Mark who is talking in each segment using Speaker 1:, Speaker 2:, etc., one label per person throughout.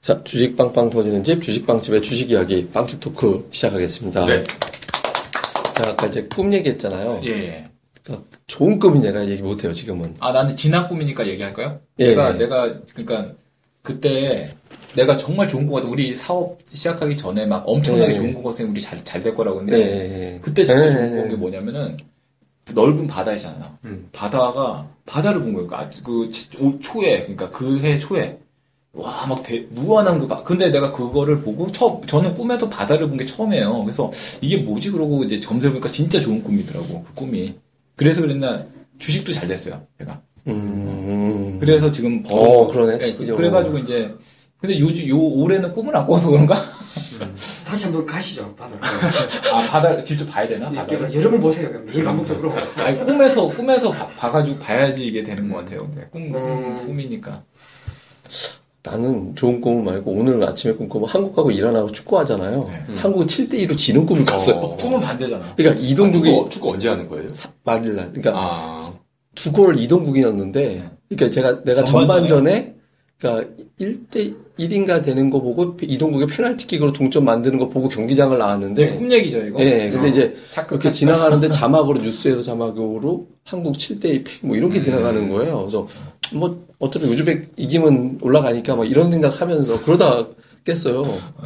Speaker 1: 자, 주식 빵빵 터지는 집, 주식 빵집의 주식 이야기, 빵집 토크 시작하겠습니다.
Speaker 2: 네.
Speaker 1: 자, 아까 이제 꿈 얘기했잖아요.
Speaker 2: 예, 예.
Speaker 1: 그러니까 좋은 꿈은 얘가 얘기 못해요, 지금은.
Speaker 2: 아, 나는 지난 꿈이니까 얘기할까요?
Speaker 1: 예,
Speaker 2: 내가,
Speaker 1: 예.
Speaker 2: 내가, 그러니까, 그때, 내가 정말 좋은 것 같아. 우리 사업 시작하기 전에 막 엄청나게
Speaker 1: 예.
Speaker 2: 좋은 것 같으니 우리 잘, 잘 될 거라고
Speaker 1: 예,
Speaker 2: 했는데,
Speaker 1: 예, 예.
Speaker 2: 그때 진짜
Speaker 1: 예,
Speaker 2: 좋은
Speaker 1: 예,
Speaker 2: 건
Speaker 1: 예.
Speaker 2: 게 뭐냐면은, 넓은 바다이잖아.
Speaker 1: 음.
Speaker 2: 바다가, 바다를 본 거예요. 그 아, 그, 치- 올 초에, 그러니까 그 해 초에. 와, 막 대- 무한한 그, 바- 근데 내가 그거를 보고, 처, 저는 꿈에도 바다를 본 게 처음이에요. 그래서 이게 뭐지? 그러고 이제 검색해보니까 진짜 좋은 꿈이더라고, 그 꿈이. 그래서 그랬나, 주식도 잘 됐어요, 제가.
Speaker 1: 음.
Speaker 2: 그래서 지금 버
Speaker 1: 어, 그러네,
Speaker 2: 예, 그-
Speaker 1: 시기적으로.
Speaker 2: 그래가지고 이제, 근데 요즘, 요, 올해는 꿈을 안 꿔서 그런가?
Speaker 3: 다시 한번 가시죠 바다로.
Speaker 2: 아, 바다를 직접 봐야 되나?
Speaker 3: 네,
Speaker 2: 바다를?
Speaker 3: 그러니까 여름을 보세요. 그냥 매일 반복적으로.
Speaker 1: 네,
Speaker 2: 예, 아니, 꿈에서, 꿈에서 봐, 봐가지고 봐야지 이게 되는 것 같아요. 근데 꿈,
Speaker 3: 음.
Speaker 2: 꿈이니까.
Speaker 1: 나는 좋은 꿈 말고 오늘 아침에 꿈 꾸면 한국 가고 일어나고 축구하잖아요.
Speaker 2: 네.
Speaker 1: 음. 한국 7대2로 지는 꿈을 꿨어요.
Speaker 4: 어.
Speaker 2: 꿈은 반대잖아.
Speaker 1: 그러니까 이동국이
Speaker 4: 축구, 축구 언제 하는 거예요?
Speaker 1: 사- 말일 날. 그러니까
Speaker 4: 아, 네.
Speaker 1: 두 골 이동국이 넣었는데, 그러니까 제가, 내가 전반전에,
Speaker 2: 전반전에?
Speaker 1: 그러니까 1대 1인가 되는 거 보고 이동국의 페널티킥으로 동점 만드는 거 보고 경기장을
Speaker 2: 네.
Speaker 1: 나왔는데,
Speaker 2: 꿈 얘기죠, 이거?
Speaker 1: 예, 근데
Speaker 3: 어.
Speaker 1: 이제
Speaker 2: 착각.
Speaker 1: 그렇게 지나가는데 자막으로, 뉴스에서 자막으로 한국 7대2 팩, 뭐
Speaker 2: 네.
Speaker 1: 이런 게 지나가는 거예요. 그래서 뭐 어차피 우즈벡 이기면 올라가니까 막 이런 생각 하면서 그러다 깼어요.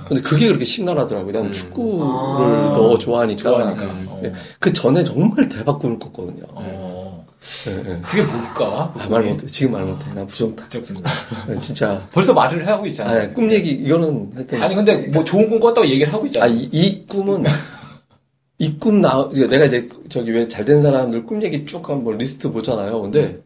Speaker 1: 근데 그게 그렇게 심란하더라고요. 난
Speaker 4: 음.
Speaker 1: 축구를
Speaker 3: 아.
Speaker 1: 더 좋아하니까.
Speaker 2: 좋아하니까. 어.
Speaker 1: 예. 그 전에 정말 대박 꿈을 꿨거든요.
Speaker 2: 어.
Speaker 1: 예, 예.
Speaker 2: 그게 뭘까?
Speaker 1: 아, 말 못해. 지금 말 못해. 나 부정타.
Speaker 2: 적성.
Speaker 1: 진짜.
Speaker 2: 벌써 말을 하고 있잖아.
Speaker 1: 아, 꿈 얘기, 이거는 하여튼.
Speaker 2: 아니, 근데 뭐 좋은 꿈 꿨다고 얘기를 하고 있잖아.
Speaker 1: 아, 이, 이 꿈은, 이 꿈 나, 그러니까 내가 이제 저기 왜 잘 된 사람들 꿈 얘기 쭉 한번 리스트 보잖아요.
Speaker 2: 음.
Speaker 1: 근데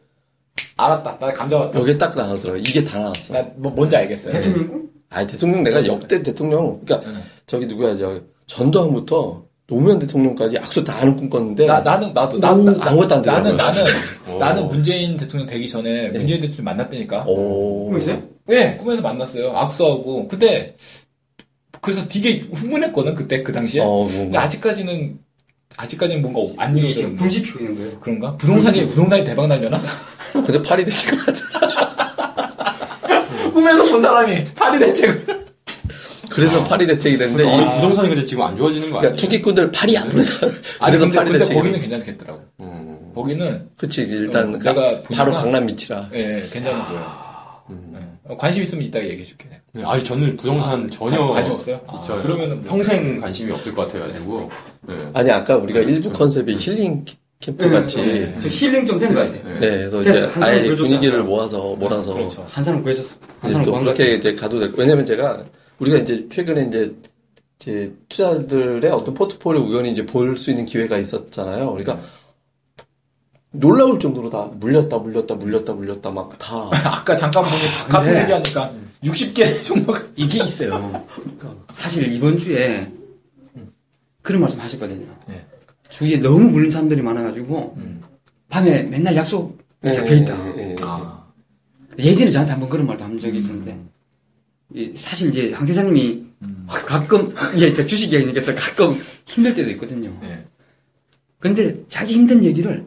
Speaker 2: 알았다. 나 감자 왔다.
Speaker 1: 여기에 딱 나오더라. 이게 다 나왔어.
Speaker 2: 나 뭐, 뭔지 알겠어요.
Speaker 3: 대통령 꿈?
Speaker 1: 아, 대통령 내가 역대 대통령, 그러니까
Speaker 2: 네.
Speaker 1: 저기 누구야, 저 전두환부터 노무현 대통령까지 악수 다 하는 꿈 꿨는데.
Speaker 2: 네. 나, 나는, 나도, 나,
Speaker 1: 오,
Speaker 2: 나,
Speaker 1: 아무것도 안 되더라고요.
Speaker 2: 나는, 나는,
Speaker 4: 오.
Speaker 2: 나는 문재인 대통령 되기 전에
Speaker 1: 네.
Speaker 2: 문재인 대통령 만났다니까.
Speaker 1: 오.
Speaker 3: 꿈이세요?
Speaker 2: 예, 꿈에서 만났어요. 악수하고. 근데, 그래서 되게 흥분했거든, 그때, 그 당시에.
Speaker 1: 어,
Speaker 2: 근데
Speaker 1: 뭐,
Speaker 2: 아직까지는, 아직까지는 뭔가 안
Speaker 1: 네,
Speaker 3: 이게 지금
Speaker 2: 이루어지는.
Speaker 3: 불지 피고 있는 거예요.
Speaker 2: 그런가? 부동산이, 부동산이 대박 날려나?
Speaker 1: 근데 팔이 되니까.
Speaker 2: 꿈에서 본 사람이 파리 대책을.
Speaker 1: 그래서 팔이 대책이 되는데,
Speaker 4: 근데
Speaker 1: 이,
Speaker 4: 이 부동산이 근데 지금 안 좋아지는 거 아니에요?
Speaker 1: 어, 그러니까 투기꾼들 팔이야. 그래서,
Speaker 2: 아,
Speaker 1: 그래서
Speaker 2: 근데,
Speaker 1: 팔이
Speaker 2: 근데
Speaker 1: 대책이.
Speaker 2: 거기는 괜찮겠더라고.
Speaker 4: 음.
Speaker 2: 거기는,
Speaker 1: 그치, 이제 일단
Speaker 2: 어,
Speaker 1: 가-
Speaker 2: 내가 보니까-
Speaker 1: 바로 강남 밑이라.
Speaker 2: 예, 괜찮은 거예요. 예. 어, 관심 있으면 이따가 얘기해줄게. 내가.
Speaker 4: 네, 아니 저는 부동산 전혀
Speaker 2: 관- 관심 없어요?
Speaker 4: 저
Speaker 2: 아, 그러면은 뭐-
Speaker 4: 평생 관심이 없을 것 같아가지고. 네.
Speaker 1: 아니 아까 우리가 일부 컨셉이 힐링 캠프 같이 네,
Speaker 3: 저 힐링 좀 된 거 같아요.
Speaker 4: 네.
Speaker 1: 그래서 이제
Speaker 3: 그래서
Speaker 1: 아예
Speaker 3: 한숨을
Speaker 1: 분위기를
Speaker 3: 내줬어요.
Speaker 1: 모아서 몰아서
Speaker 2: 그렇죠.
Speaker 3: 한 사람 구해줬어. 한
Speaker 1: 이제
Speaker 3: 사람
Speaker 1: 또
Speaker 3: 구한 거
Speaker 1: 그렇게
Speaker 3: 같아요.
Speaker 1: 이제 가도 될 거. 왜냐면 제가 우리가 이제 최근에 이제 이제 투자들의 어떤 포트폴리오 우연히 이제 볼 수 있는 기회가 있었잖아요. 그러니까 놀라울 정도로 다 물렸다 물렸다 물렸다 물렸다 막 다
Speaker 2: 아까 잠깐 보니, 아까
Speaker 3: 네.
Speaker 2: 얘기하니까 60개 종목.
Speaker 3: 이게 있어요.
Speaker 1: 그러니까.
Speaker 3: 사실 이번 주에
Speaker 1: 음.
Speaker 3: 그런 말씀 하셨거든요.
Speaker 2: 네.
Speaker 3: 주위에 너무 물린 사람들이 많아가지고
Speaker 1: 음.
Speaker 3: 밤에 맨날 약속
Speaker 5: 네,
Speaker 3: 잡혀 있다.
Speaker 1: 예, 예, 예.
Speaker 2: 아,
Speaker 3: 예전에 저한테 한번 그런 말도 한 적이
Speaker 1: 음.
Speaker 3: 있었는데 이 사실 이제 황 회장님이
Speaker 1: 음.
Speaker 3: 가끔 이게 제 주식 이야기니까 가끔 힘들 때도 있거든요.
Speaker 1: 예.
Speaker 2: 네.
Speaker 3: 근데 자기 힘든 얘기를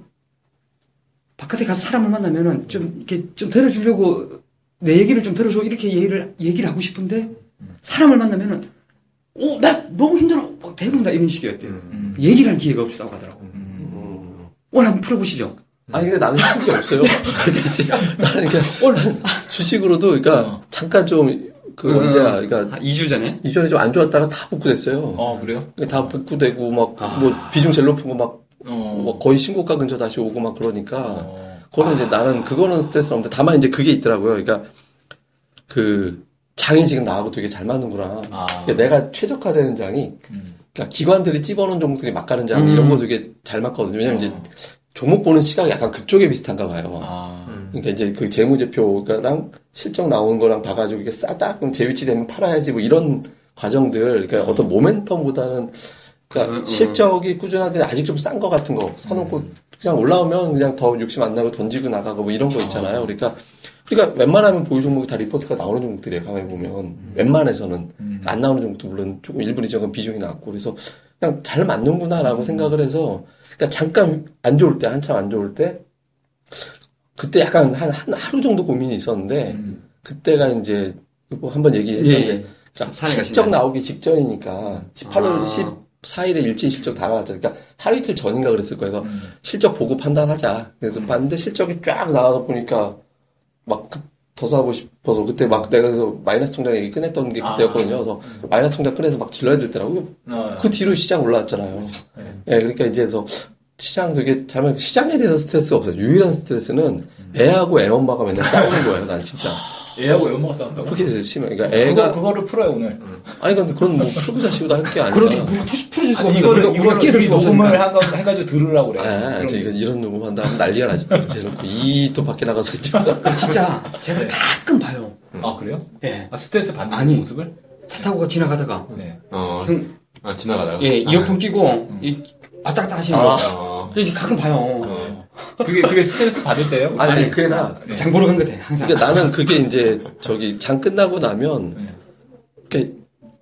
Speaker 3: 바깥에 가서 사람을 만나면은 좀
Speaker 1: 음.
Speaker 3: 이렇게 좀 들어주려고 내 얘기를 좀 들어줘 이렇게 얘기를 얘기를 하고 싶은데
Speaker 1: 음.
Speaker 3: 사람을 만나면은 오 나 너무 힘들어 어, 대부분 다 이런 식이었대요.
Speaker 2: 음.
Speaker 3: 얘기를 할 기회가 없다고 하더라고.
Speaker 2: 음.
Speaker 1: 음.
Speaker 3: 오늘 한번 풀어보시죠.
Speaker 1: 아니 근데 나는 힘든 게 없어요. 그러니까 이제 나는 그냥 주식으로도 그러니까
Speaker 2: 어.
Speaker 1: 잠깐 좀 그
Speaker 3: 음.
Speaker 1: 언제야 그러니까
Speaker 3: 한 2주 전에
Speaker 1: 이전에 좀 안 좋았다가 다 복구됐어요.
Speaker 2: 어, 그래요?
Speaker 1: 다 복구되고 막 뭐
Speaker 3: 아.
Speaker 1: 비중 제일 높은 거 막뭐
Speaker 2: 어.
Speaker 1: 거의 신고가 근처 다시 오고 막 그러니까
Speaker 2: 어.
Speaker 1: 그거는 이제 나는 그거는 스트레스 없는데 다만 이제 그게 있더라고요. 그러니까 그 장이 지금 나하고 되게 잘 맞는구나.
Speaker 2: 아.
Speaker 1: 그러니까 내가 최적화되는 장이
Speaker 2: 음.
Speaker 1: 그러니까 기관들이 찝어놓은 종목들이 막 가는 장
Speaker 3: 음.
Speaker 1: 이런 거 되게 잘 맞거든요. 왜냐면
Speaker 2: 어.
Speaker 1: 이제 종목 보는 시각이 약간 그쪽에 비슷한가 봐요.
Speaker 2: 아.
Speaker 1: 그러니까 이제 그 재무제표랑 실적 나오는 거랑 봐가지고 이게 싸다 그럼 제 위치 되면 팔아야지 뭐 이런 과정들 그러니까 어떤 모멘텀보다는 그러니까
Speaker 3: 음, 음.
Speaker 1: 실적이 꾸준한데 아직 좀 싼 거 같은 거 사놓고 그냥 올라오면 그냥 더 욕심 안 나고 던지고 나가고 뭐 이런 거 있잖아요. 그러니까 그러니까 웬만하면 보유 종목이 다 리포트가 나오는 종목들이에요. 가만히 보면
Speaker 3: 음.
Speaker 1: 웬만해서는
Speaker 2: 음.
Speaker 1: 안 나오는 종목도 물론 조금 일부 이적은 비중이 낮고 그래서 그냥 잘
Speaker 2: 음.
Speaker 1: 맞는구나라고 생각을 해서 그러니까 잠깐 안 좋을 때 한참 안 좋을 때 그때 약간 한, 한 하루 정도 고민이 있었는데
Speaker 2: 음. 예,
Speaker 1: 그때가 이제 뭐 한번 얘기했었는데
Speaker 3: 예.
Speaker 1: 그러니까
Speaker 6: 산에 가신
Speaker 1: 실적
Speaker 6: 날.
Speaker 1: 나오기 직전이니까 18월
Speaker 6: 아.
Speaker 1: 14일에 일제 실적 다 나왔죠. 그러니까 하루 이틀 전인가 그랬을 거예요. 그래서
Speaker 2: 음.
Speaker 1: 실적 보고 판단하자. 그래서 봤는데 실적이 쫙 나가다 보니까 막그 더 사고 싶어서 그때 막 내가 그래서 마이너스 통장 얘기 꺼냈던 게
Speaker 2: 아.
Speaker 1: 그때였거든요. 그래서 마이너스 통장 꺼내서 막 질러야 될 때라고.
Speaker 2: 어,
Speaker 1: 그 뒤로 시장 올라왔잖아요.
Speaker 2: 네.
Speaker 1: 예, 그러니까 이제 그래서 시장 되게 잘면 시장에 대해서 스트레스가 없어요. 유일한 스트레스는 애하고 애 엄마가 맨날 싸우는 거예요. 난 진짜
Speaker 2: 얘하고 연모가 싸운다고?
Speaker 1: 그렇게 돼서 심해. 그러니까
Speaker 2: 그거,
Speaker 1: 애가
Speaker 2: 그거를 풀어요 오늘
Speaker 1: 아니 근데 그건 뭐 풀고 자시고도 할 게 아니라.
Speaker 3: 그러니까 우리가 푸시 풀어줄 수가
Speaker 2: 아니,
Speaker 3: 없는
Speaker 2: 이거를
Speaker 3: 거예요. 우리가
Speaker 2: 이거를
Speaker 3: 끼어들
Speaker 2: 우리
Speaker 3: 수가
Speaker 2: 녹음을
Speaker 3: 없으니까.
Speaker 2: 하고 해가지고 들으라고 그래.
Speaker 1: 아,
Speaker 2: 그럼
Speaker 1: 저 이거 이런 녹음 한다 하면 난리가 나지. 또 이제 놓고 이또 밖에 나가서 찍어서.
Speaker 3: 진짜 제가 가끔 봐요.
Speaker 2: 아 그래요?
Speaker 3: 예.
Speaker 2: 아, 스트레스 받는
Speaker 6: 아니.
Speaker 2: 모습을?
Speaker 3: 차 타고 지나가다가
Speaker 2: 네.
Speaker 4: 어,
Speaker 3: 형,
Speaker 4: 아, 지나가다가.
Speaker 3: 예, 이어폰 끼고 이, 왔다 갔다 하시는 거.
Speaker 4: 아,
Speaker 3: 그래서 가끔 봐요.
Speaker 2: 어. 그게 그게 스트레스 받을 때예요?
Speaker 1: 아니,
Speaker 3: 아니,
Speaker 1: 그게나.
Speaker 2: 네.
Speaker 3: 장 보러 간 것 같아 항상.
Speaker 1: 그러니까 나는 그게 이제 저기 장 끝나고 나면
Speaker 2: 네.
Speaker 1: 이렇게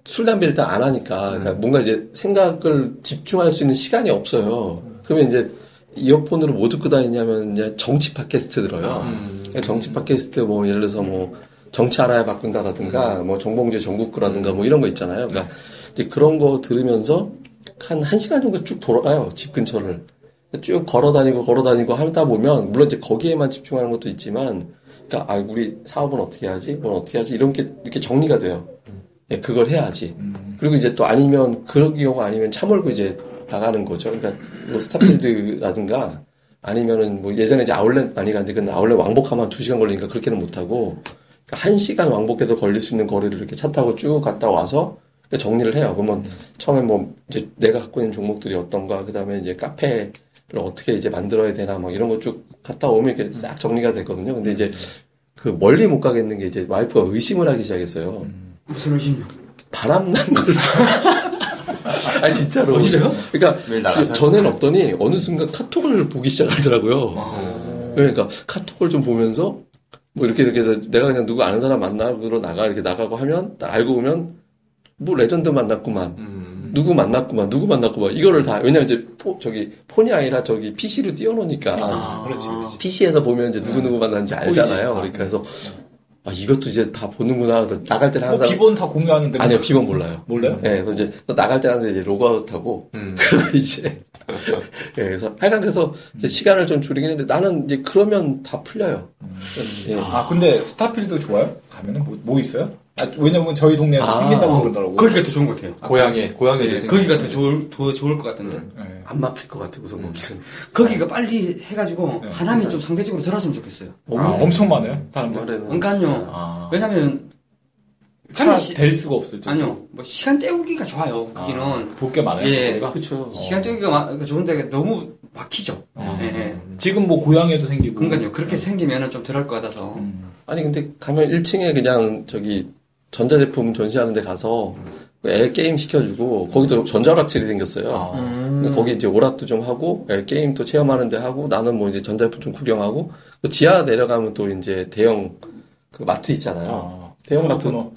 Speaker 1: 술 담배를 일단 안 하니까
Speaker 3: 네.
Speaker 1: 그러니까 뭔가 이제 생각을 집중할 수 있는 시간이 없어요. 그러면 이제 이어폰으로 뭐 듣고 다니냐면 이제 정치 팟캐스트 들어요.
Speaker 4: 음.
Speaker 1: 그러니까 정치 팟캐스트 뭐 예를 들어서 뭐 정치 하나에 바꾼다라든가 뭐 정봉주의 전국구라든가 뭐 이런 거 있잖아요. 그러니까 이제 그런 거 들으면서 한 1시간 정도 쭉 돌아가요. 집 근처를. 쭉 걸어 다니고 걸어 다니고 하다 보면 물론 이제 거기에만 집중하는 것도 있지만 그러니까 아 우리 사업은 어떻게 하지? 뭘 어떻게 하지? 이런 게 이렇게 정리가 돼요. 예, 그걸 해야지.
Speaker 2: 음.
Speaker 1: 그리고 이제 또 아니면 그런 경우가 아니면 차 몰고 이제 나가는 거죠. 그러니까 뭐 스타필드라든가 아니면은 뭐 예전에 이제 아울렛 많이 갔는데 근데 아울렛 왕복하면 한두 시간 걸리니까 그렇게는 못 하고 그러니까 한 시간 왕복해도 걸릴 수 있는 거리를 이렇게 차 타고 쭉 갔다 와서 이렇게 정리를 해요. 그러면 처음에 뭐 이제 내가 갖고 있는 종목들이 어떤가 그다음에 이제 카페를 어떻게 이제 만들어야 되나 막 이런 거 쭉 갔다 오면 이렇게 싹 정리가 됐거든요. 근데 이제 그 멀리 못 가겠는 게 이제 와이프가 의심을 하기 시작했어요.
Speaker 3: 무슨 의심이요?
Speaker 1: 바람난 걸. 아 진짜로. 그러니까
Speaker 4: 매일 어, 나가서.
Speaker 1: 전엔 없더니 어느 순간 카톡을 보기 시작하더라고요.
Speaker 4: 어,
Speaker 1: 그러니까 카톡을 좀 보면서 뭐 이렇게 이렇게 해서 내가 그냥 누구 아는 사람 만나러 나가 이렇게 나가고 하면 딱 알고 보면 뭐 레전드 만났구만.
Speaker 4: 음.
Speaker 1: 누구 만났구만, 누구 만났구만, 이거를 다, 왜냐면 이제, 포- 저기, 폰이 아니라 저기 PC로 띄워놓으니까.
Speaker 5: 네.
Speaker 2: 아, 그렇지 그렇지.
Speaker 1: PC에서 보면 이제 누구누구 만났는지 알잖아요.
Speaker 2: 보이지.
Speaker 1: 그러니까 해서, 아, 이것도 이제 다 보는구나. 그래서 나갈 때는
Speaker 2: 뭐
Speaker 1: 항상.
Speaker 2: 비번 다 공유하는데 뭐-
Speaker 1: 아니요, 비번 몰라요.
Speaker 2: 몰라요?
Speaker 1: 예, 그래서 이제 또 나갈 때 항상 이제 로그아웃하고
Speaker 4: 음.
Speaker 1: 그리고 이제 예, 그래서 하여간 그래서 이제 시간을 좀 줄이긴 했는데 나는 이제 그러면 다 풀려요. 예.
Speaker 2: 아 근데 스타필드 좋아요? 가면은 뭐, 뭐 있어요? 아, 왜냐면 저희 동네에서
Speaker 1: 아,
Speaker 2: 생긴다고 그러더라고.
Speaker 6: 거기가 더 좋은 것 같아요.
Speaker 4: 고향에, 고향에
Speaker 5: 예,
Speaker 3: 예,
Speaker 6: 네, 거기가 더 좋을, 더 좋을 것 같은데.
Speaker 2: 네.
Speaker 1: 안 막힐 것 같아 무슨
Speaker 2: 음.
Speaker 1: 무슨.
Speaker 3: 거기가 빨리 해가지고
Speaker 2: 네,
Speaker 3: 하남이 좀 상대적으로 덜었으면 좋겠어요.
Speaker 2: 아, 엄청 많아요 사람들.
Speaker 3: 그러니까요.
Speaker 2: 아.
Speaker 3: 왜냐면
Speaker 2: 차라
Speaker 3: 시-
Speaker 2: 될 수가 없을 줄.
Speaker 3: 아니요, 뭐 시간 때우기가 좋아요. 거기는
Speaker 2: 볼게 많아요.
Speaker 3: 예.
Speaker 2: 거기가?
Speaker 1: 그렇죠.
Speaker 3: 시간 때우기가 마- 좋은데 너무 막히죠.
Speaker 2: 어.
Speaker 3: 예, 예.
Speaker 2: 지금 뭐 고향에도 생기고. 네.
Speaker 3: 그러니까요. 그렇게 생기면은 좀 덜할 것 같아서.
Speaker 2: 음.
Speaker 1: 아니 근데 가면 1층에 그냥 저기 전자제품 전시하는 데 가서 그 애 게임 시켜주고 거기도 전자오락실이 생겼어요.
Speaker 2: 아.
Speaker 5: 뭐
Speaker 1: 근데 거기 이제 오락도 좀 하고 예, 게임도 체험하는데 하고 나는 뭐 이제 전자제품 좀 구경하고 또 지하 내려가면 또 이제 대형 그 마트 있잖아요.
Speaker 2: 아.
Speaker 1: 대형
Speaker 2: 푸드
Speaker 1: 마트
Speaker 2: 코너.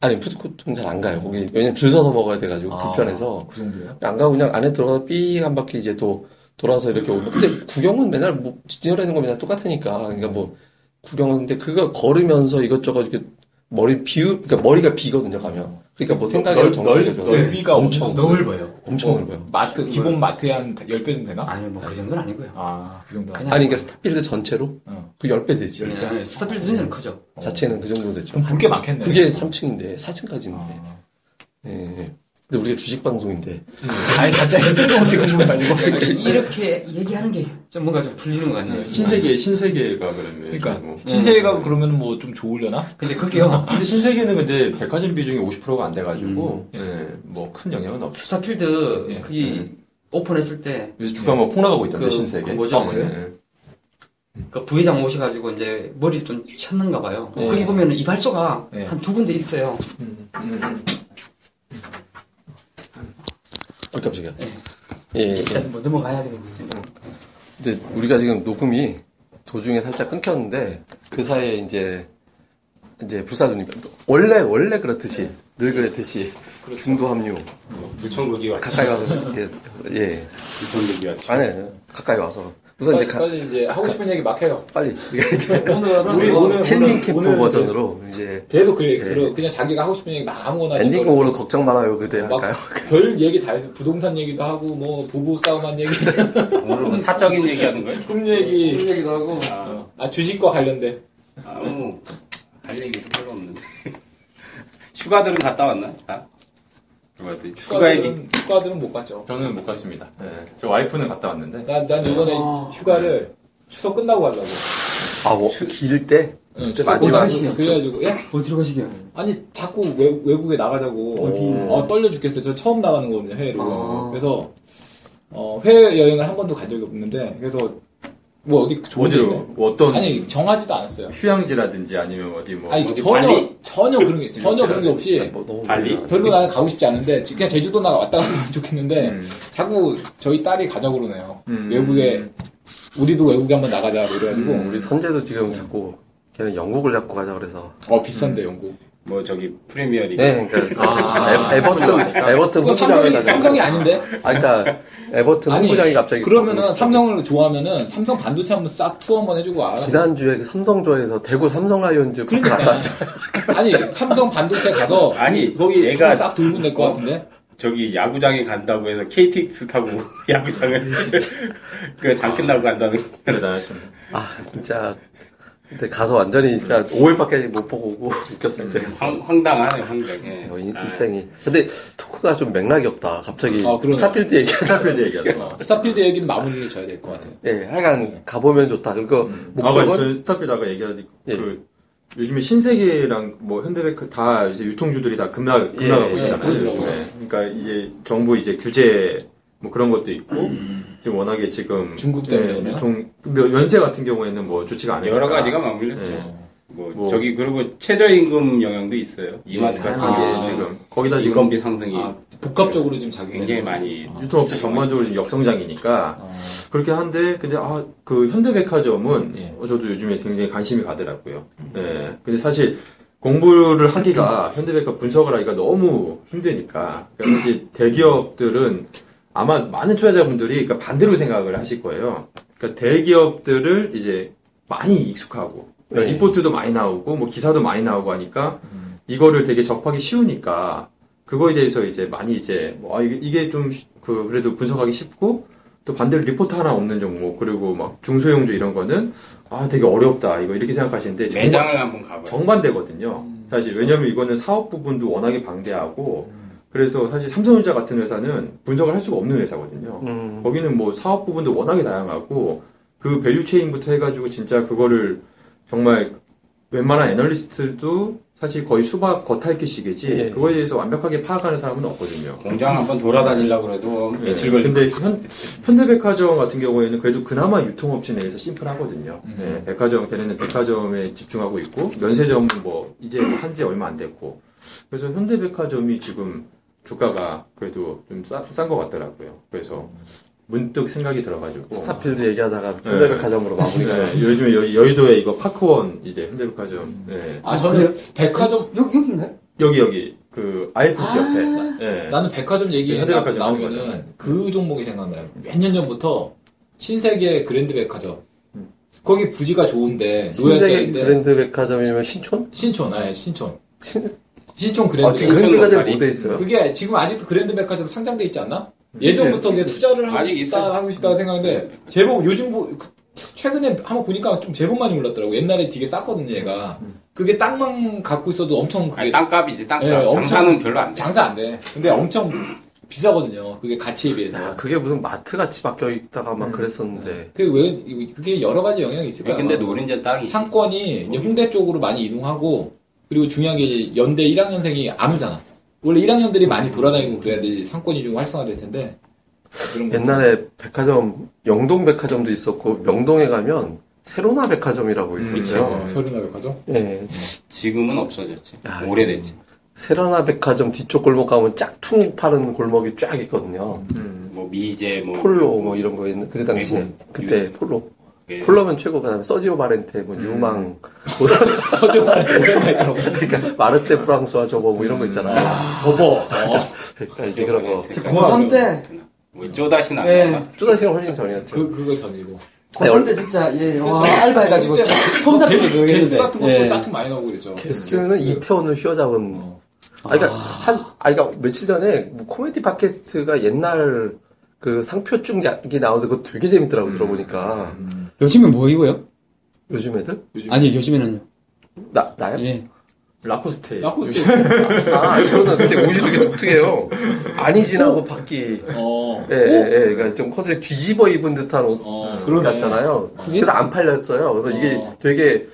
Speaker 1: 아니 푸드코트는 잘 안 가요. 거기 왜냐면 줄 서서 먹어야 돼가지고
Speaker 2: 아,
Speaker 1: 불편해서
Speaker 2: 그 정도예요?
Speaker 1: 안 가고 그냥 안에 들어가서 삐 한 바퀴 이제 또 돌아서 이렇게 오고 근데 구경은 맨날 뭐 진열하는 거 맨날 똑같으니까 그러니까 뭐 구경하는데 그거 걸으면서 이것저것 이렇게 머리 비우 그러니까 머리가 비거든요 가면 그러니까 뭐 생각이 정리가 좋아서
Speaker 3: 네.
Speaker 2: 넓이가
Speaker 1: 엄청
Speaker 2: 엄청
Speaker 6: 넓어요.
Speaker 1: 엄청
Speaker 2: 어,
Speaker 1: 넓어요.
Speaker 2: 마트 기본 마트에 한 10배 정도 되나?
Speaker 3: 아니요, 뭐 그 정도는 아니고요.
Speaker 2: 아그 정도.
Speaker 3: 그냥
Speaker 1: 아니 그러니까 스타필드 전체로
Speaker 2: 어.
Speaker 1: 그 10배 되지
Speaker 3: 예, 예, 스타필드 전체는 크죠.
Speaker 1: 자체는 그 정도 되죠.
Speaker 2: 그럼 볼게 많겠네.
Speaker 1: 그게 3층인데 4층까지인데 예,
Speaker 2: 아.
Speaker 1: 근데 우리가 주식 방송인데
Speaker 2: 음. 아니 갑자기 뜬금없이 궁금해 가지고.
Speaker 1: 네.
Speaker 3: 이렇게 얘기하는 게 좀 뭔가 좀 풀리는 것 같네요.
Speaker 4: 신세계, 신세계가 그랬네.
Speaker 2: 그러니까
Speaker 4: 뭐.
Speaker 2: 신세계가 그러면 뭐 좀 좋으려나?
Speaker 3: 근데 그게요.
Speaker 4: 근데 신세계는 근데 백화점 비중이 50%가 안 돼가지고, 예, 뭐 큰 영향은 없어.
Speaker 3: 스타필드
Speaker 2: 예,
Speaker 3: 그게 오픈했을 때 그
Speaker 4: 요새 주가 막 폭락하고 있던데,
Speaker 3: 그,
Speaker 4: 신세계.
Speaker 3: 그 뭐죠?
Speaker 4: 아, 그래요?
Speaker 3: 그 부회장 오셔가지고 이제 머리 좀 쳤는가 봐요.
Speaker 1: 예.
Speaker 3: 거기 보면은 이발소가
Speaker 2: 예.
Speaker 3: 한 두 군데 있어요.
Speaker 4: 음, 음.
Speaker 1: 어 깜짝이야.
Speaker 3: 예.
Speaker 1: 예, 예, 예.
Speaker 3: 일단 뭐 넘어가야 되겠습니다.
Speaker 1: 근데 우리가 지금 녹음이 도중에 살짝 끊겼는데 그 사이에 이제 이제 불사조님 원래 원래 그렇듯이 늘 그랬듯이 중도 합류
Speaker 7: 유천국이 왔죠.
Speaker 1: 가까이 와서 예, 예.
Speaker 7: 유천국이 왔죠.
Speaker 1: 아니 가까이 와서 우선 이제 가-
Speaker 2: 빨리 이제 하고 싶은 얘기 막 해요.
Speaker 1: 빨리 이게 이제
Speaker 6: 네, 오늘은
Speaker 1: 우리
Speaker 6: 이거-
Speaker 1: 오늘 힐링 캠프
Speaker 6: 오늘
Speaker 1: 버전으로 이제
Speaker 2: 계속 그, 그 그냥 자기가 하고 싶은 얘기 막 아무거나 집어넣어서
Speaker 1: 엔딩곡으로 걱정 말아요 그대 할까요?
Speaker 2: 별 얘기 다 했어요. 부동산 얘기도 하고 뭐 부부 싸움한 얘기,
Speaker 7: 오늘 뭐 사적인 얘기하는 거예요?
Speaker 2: 꿈
Speaker 1: 네.
Speaker 2: 얘기,
Speaker 6: 무슨 얘기도 하고
Speaker 7: 아,
Speaker 2: 아 주식과 관련된.
Speaker 7: 아무 할 얘기도 별로 없는데. 휴가들은 갔다 왔나? 아? 다?
Speaker 4: 누구한테?
Speaker 7: 휴가 얘기.
Speaker 2: 휴가들은 휴가들은 못 봤죠.
Speaker 4: 저는 못 갔습니다. 네. 저 와이프는 갔다 왔는데.
Speaker 2: 난 난 이번에
Speaker 1: 아.
Speaker 2: 휴가를 추석 끝나고 가려고.
Speaker 1: 뭐, 아뭐길때
Speaker 2: 응,
Speaker 1: 마지막.
Speaker 2: 끝나고 그래가지고 야,
Speaker 3: 어디로 뭐 가시게요?
Speaker 2: 아니 자꾸 외, 외국에 나가자고
Speaker 3: 어디?
Speaker 2: 어, 떨려 죽겠어요. 저 처음 나가는 거거든요 해외로.
Speaker 3: 아.
Speaker 2: 그래서 어, 해외 여행을 한 번도 간 적이 없는데 그래서 뭐 어디 좋은 데가-
Speaker 4: 어디로? 어떤
Speaker 2: 아니 정하지도 않았어요.
Speaker 4: 휴양지라든지 아니면 어디 뭐
Speaker 2: 아니
Speaker 7: 어디
Speaker 2: 전혀
Speaker 7: 발리?
Speaker 2: 전혀 그런 게 전혀 그런 게
Speaker 1: 아,
Speaker 2: 없이
Speaker 1: 뭐
Speaker 7: 발리?
Speaker 2: 별로 나는 가고 싶지 않은데 그냥 제주도나 왔다 갔으면 좋겠는데
Speaker 4: 음.
Speaker 2: 자꾸 저희 딸이 가자고 그러네요.
Speaker 4: 음.
Speaker 2: 외국에 우리도 외국에 한번 나가자 그래가지고
Speaker 4: 음.
Speaker 1: 우리 선재도 지금 자꾸 걔는 영국을 잡고 가자 그래서
Speaker 2: 어 비싼데 영국.
Speaker 7: 뭐 저기 프리미어 리그.
Speaker 1: 예 그러니까
Speaker 4: 아.
Speaker 1: 에, 버튼 에버튼
Speaker 2: 그거
Speaker 1: 후보장을
Speaker 2: 삼성이
Speaker 1: 가자
Speaker 2: 삼성이 아닌데?
Speaker 1: 아 그러니까 에버튼 후보장이 갑자기
Speaker 2: 그러면은
Speaker 1: 바뀌고
Speaker 2: 삼성을 좋아하면은 삼성 반도체 한번 싹 투어 한번 해주고 와.
Speaker 1: 지난주에 그 삼성 조에서 대구 삼성 라이온즈
Speaker 2: 그러니까.
Speaker 1: 갔다 왔잖아
Speaker 2: 아니 삼성 반도체 가서
Speaker 7: 아니,
Speaker 2: 거기
Speaker 7: 얘가-
Speaker 2: 애가 싹 돌면 될것 같은데.
Speaker 7: 저기 야구장에 간다고 해서 KTX 타고 야구장을 그 장 끝나고 간다는 거.
Speaker 4: 대단하십니다.
Speaker 1: 아 진짜 근데 가서 완전히 진짜 5일밖에 못 보고 오고 웃겼어요 제가
Speaker 7: 황, 황당하네, 황당해. 아,
Speaker 1: 어, 인- 일생이 근데 토크가 좀 맥락이 없다 갑자기
Speaker 2: 아, 그러네요.
Speaker 1: 스타필드 얘기하다
Speaker 4: 스타필드 얘기하다가.
Speaker 2: 스타필드 얘기는 마무리를 줘야 될 것 같아요.
Speaker 1: 예
Speaker 2: 네.
Speaker 1: 하여간 가보면 좋다 그리고
Speaker 2: 음.
Speaker 4: 아까
Speaker 1: 목적은
Speaker 4: 저 스타필드 아까 얘기하듯
Speaker 1: 예.
Speaker 4: 그 요즘에 신세계랑 뭐 현대백화 다 이제 유통주들이 다 급락 급락하고
Speaker 1: 예, 예,
Speaker 4: 있잖아요.
Speaker 2: 그렇더라고요.
Speaker 4: 요즘에. 그러니까 이제 정부 이제 규제 뭐 그런 것도 있고 지금 워낙에 지금
Speaker 2: 음. 중국 때문에
Speaker 4: 예,
Speaker 2: 그러나?
Speaker 4: 유통 면- 면세 같은 경우에는 뭐 조치가 안
Speaker 7: 여러
Speaker 4: 되니까.
Speaker 7: 가지가 맞물렸죠.
Speaker 4: 예.
Speaker 7: 뭐,
Speaker 4: 뭐.
Speaker 7: 저기, 그리고 최저임금 영향도 있어요. 이마트 같은
Speaker 4: 다양하게
Speaker 2: 아.
Speaker 7: 게 지금.
Speaker 4: 네. 지금 거기다 지금
Speaker 7: 인건비 상승이
Speaker 2: 아, 네. 복합적으로 지금 자기
Speaker 7: 굉장히 많이.
Speaker 4: 유통업체 전반적으로 지금 역성장이니까
Speaker 2: 아,
Speaker 4: 그렇게 한데 근데 아 그 현대백화점은
Speaker 2: 예.
Speaker 4: 어, 저도 요즘에 굉장히 관심이 가더라고요. 예. 근데 사실 공부를 하기가 현대백화 분석을 하기가 너무 힘드니까 그러니까 사실 대기업들은 아마 많은 투자자분들이 그러니까 반대로 생각을 하실 거예요. 그러니까 대기업들을 이제 많이 익숙하고 그러니까
Speaker 1: 네.
Speaker 4: 리포트도 많이 나오고 뭐 기사도 많이 나오고 하니까 이거를 되게 접하기 쉬우니까 그거에 대해서 이제 많이 이제 뭐 아, 이게, 이게 좀 그 그래도 분석하기 쉽고 또 반대로 리포트 하나 없는 종목 그리고 막 중소형주 이런 거는 아 되게 어렵다 이거 이렇게 생각하시는데 정말
Speaker 7: 매장을 음. 한번 가봐요.
Speaker 4: 정반대거든요. 사실 왜냐면 이거는 사업 부분도 워낙에 방대하고
Speaker 7: 음.
Speaker 4: 그래서 사실 삼성전자 같은 회사는 분석을 할 수가 없는 회사거든요.
Speaker 1: 음,
Speaker 4: 거기는 뭐 사업 부분도 워낙에 다양하고 그 밸류 체인부터 해가지고 진짜 그거를 정말 웬만한 애널리스트도 사실 거의 수박 겉핥기식이지
Speaker 1: 예.
Speaker 4: 그거에 대해서 완벽하게 파악하는 사람은 없거든요.
Speaker 7: 공장 한번 돌아다니려고 그래도
Speaker 4: 예.
Speaker 7: 며칠 걸리
Speaker 4: 근데 현, 현대백화점 같은 경우에는 그래도 그나마 유통업체 내에서 심플하거든요.
Speaker 2: 음.
Speaker 4: 예, 백화점, 걔네는 백화점에 집중하고 있고, 면세점은 뭐, 이제 한 지 얼마 안 됐고. 그래서 현대백화점이 지금 주가가 그래도 좀싼것 같더라고요. 그래서 문득 생각이 들어가지고.
Speaker 1: 스타필드 얘기하다가 현대백화점으로 마무리가
Speaker 4: 네, 요즘에 여, 의도에 이거 파크원 이제 현대백화점. 예.
Speaker 2: 아 저는 백화점
Speaker 6: 여기 여기인가요?
Speaker 4: 여기, 여기, 그, IFC 옆에. 예.
Speaker 2: 나는 백화점 얘기
Speaker 4: 네,
Speaker 2: 가
Speaker 4: 현대백화점 하는 거죠.
Speaker 2: 나오면은 그 종목이 생각나요. 몇 년 전부터 신세계 그랜드 백화점. 거기 부지가 좋은데
Speaker 1: 신세계
Speaker 2: 노야자인데
Speaker 1: 그랜드백화점이면 신촌?
Speaker 2: 신촌, 아예 신촌,
Speaker 1: 신...
Speaker 2: 신촌 그랜드.
Speaker 1: 아 지금
Speaker 7: 신촌
Speaker 1: 그랜드백화점
Speaker 7: 로타리.
Speaker 1: 못돼 있어요
Speaker 2: 그게 지금 아직도 그랜드 백화점 상장돼 있지 않나? 예전부터 이제 투자를 하고
Speaker 7: 음. 아직 있어요. 네.
Speaker 2: 싶다 하고 싶다 생각하는데 제법 요즘 보, 그- 최근에 한번 보니까 좀 제법 많이 올랐더라고. 옛날에 되게 쌌거든요, 얘가. 그게 땅만 갖고 있어도 엄청 그게
Speaker 7: 음. 아니, 땅값이지, 음. 땅값.
Speaker 2: 예, 엄청-
Speaker 7: 장사는 별로 안 돼.
Speaker 2: 장사 안 돼. 근데 엄청 비싸거든요. 그게 음. 가치에
Speaker 1: 아,
Speaker 2: 비해서.
Speaker 1: 그게 무슨 마트 같이 바뀌어 있다가 막 그랬었는데
Speaker 2: 그게 왜 이거- 그게 여러 가지 영향이 있을 거야.
Speaker 7: 근데
Speaker 2: 아마.
Speaker 7: 노린자 땅이.
Speaker 2: 상권이 이제 홍대 쪽으로 많이 이동하고 그리고 중요한 게 이제 연대 1학년생이 안 오잖아. 원래 1학년들이 많이 돌아다니고 그래야지 상권이 좀 활성화될 텐데. 그런 거.
Speaker 1: 옛날에 백화점 영동 백화점도 있었고 명동에 가면 세로나 백화점이라고 있었어요.
Speaker 2: 어, 서른아 백화점?
Speaker 1: 예.
Speaker 7: 지금은 없어졌지.
Speaker 1: 아,
Speaker 7: 오래됐지.
Speaker 1: 세로나 백화점 뒤쪽 골목 가면 짝퉁 파는 골목이 쫙 있거든요.
Speaker 4: 음.
Speaker 7: 뭐, 미제, 뭐.
Speaker 1: 폴로 뭐 이런 거 있는 그때 당시에
Speaker 7: 미국,
Speaker 1: 그때
Speaker 7: 유-
Speaker 1: 폴로
Speaker 7: 예.
Speaker 1: 폴로면 최고 그다음에 서지오 바렌테 뭐 유망 뭐
Speaker 2: 서른아 백화점.
Speaker 1: 그러니까 마르테 프랑스와 저거 뭐 이런 거 있잖아요.
Speaker 2: 접어.
Speaker 1: 그러니까 이제 그런 거
Speaker 7: 그
Speaker 6: 고3 때.
Speaker 7: 뭐, 쪼다시 나나
Speaker 6: 예.
Speaker 1: 쪼다시는 훨씬 전이었죠.
Speaker 2: 그, 그거 전이고.
Speaker 1: 네,
Speaker 5: 고3때 진짜, 예,
Speaker 2: 그렇죠.
Speaker 5: 와, 알바해가지고 처음 사는 거
Speaker 2: 개수
Speaker 5: 모르겠는데.
Speaker 2: 네. 같은 것도
Speaker 3: 네.
Speaker 5: 예.
Speaker 2: 짜증 많이 나고 그랬죠. 네.
Speaker 1: 개수는 이태원을 음, 휘어잡은. 아, 그니까, 한, 아, 그니까, 며칠 전에, 뭐 코미디 팟캐스트가 옛날 그 상표 쭉이 나오는데 그거 되게 재밌더라고,
Speaker 4: 아,
Speaker 1: 들어보니까.
Speaker 4: 음.
Speaker 5: 요즘은 뭐이고요?
Speaker 1: 요즘 애들?
Speaker 5: 아니, 요즘에는요.
Speaker 1: 나, 나요?
Speaker 5: 예.
Speaker 4: 라코스테.
Speaker 2: 라코스테.
Speaker 1: 아, 이거는 근데 옷이 되게 독특해요. 안이 지나고 밖이.
Speaker 2: 어.
Speaker 1: 예, 예, 예. 그러니까 좀 컨셉 뒤집어 입은 듯한 옷
Speaker 2: 어, 그러네.
Speaker 1: 같잖아요. 그래서 안 팔렸어요. 그래서 이게
Speaker 2: 어.
Speaker 1: 되게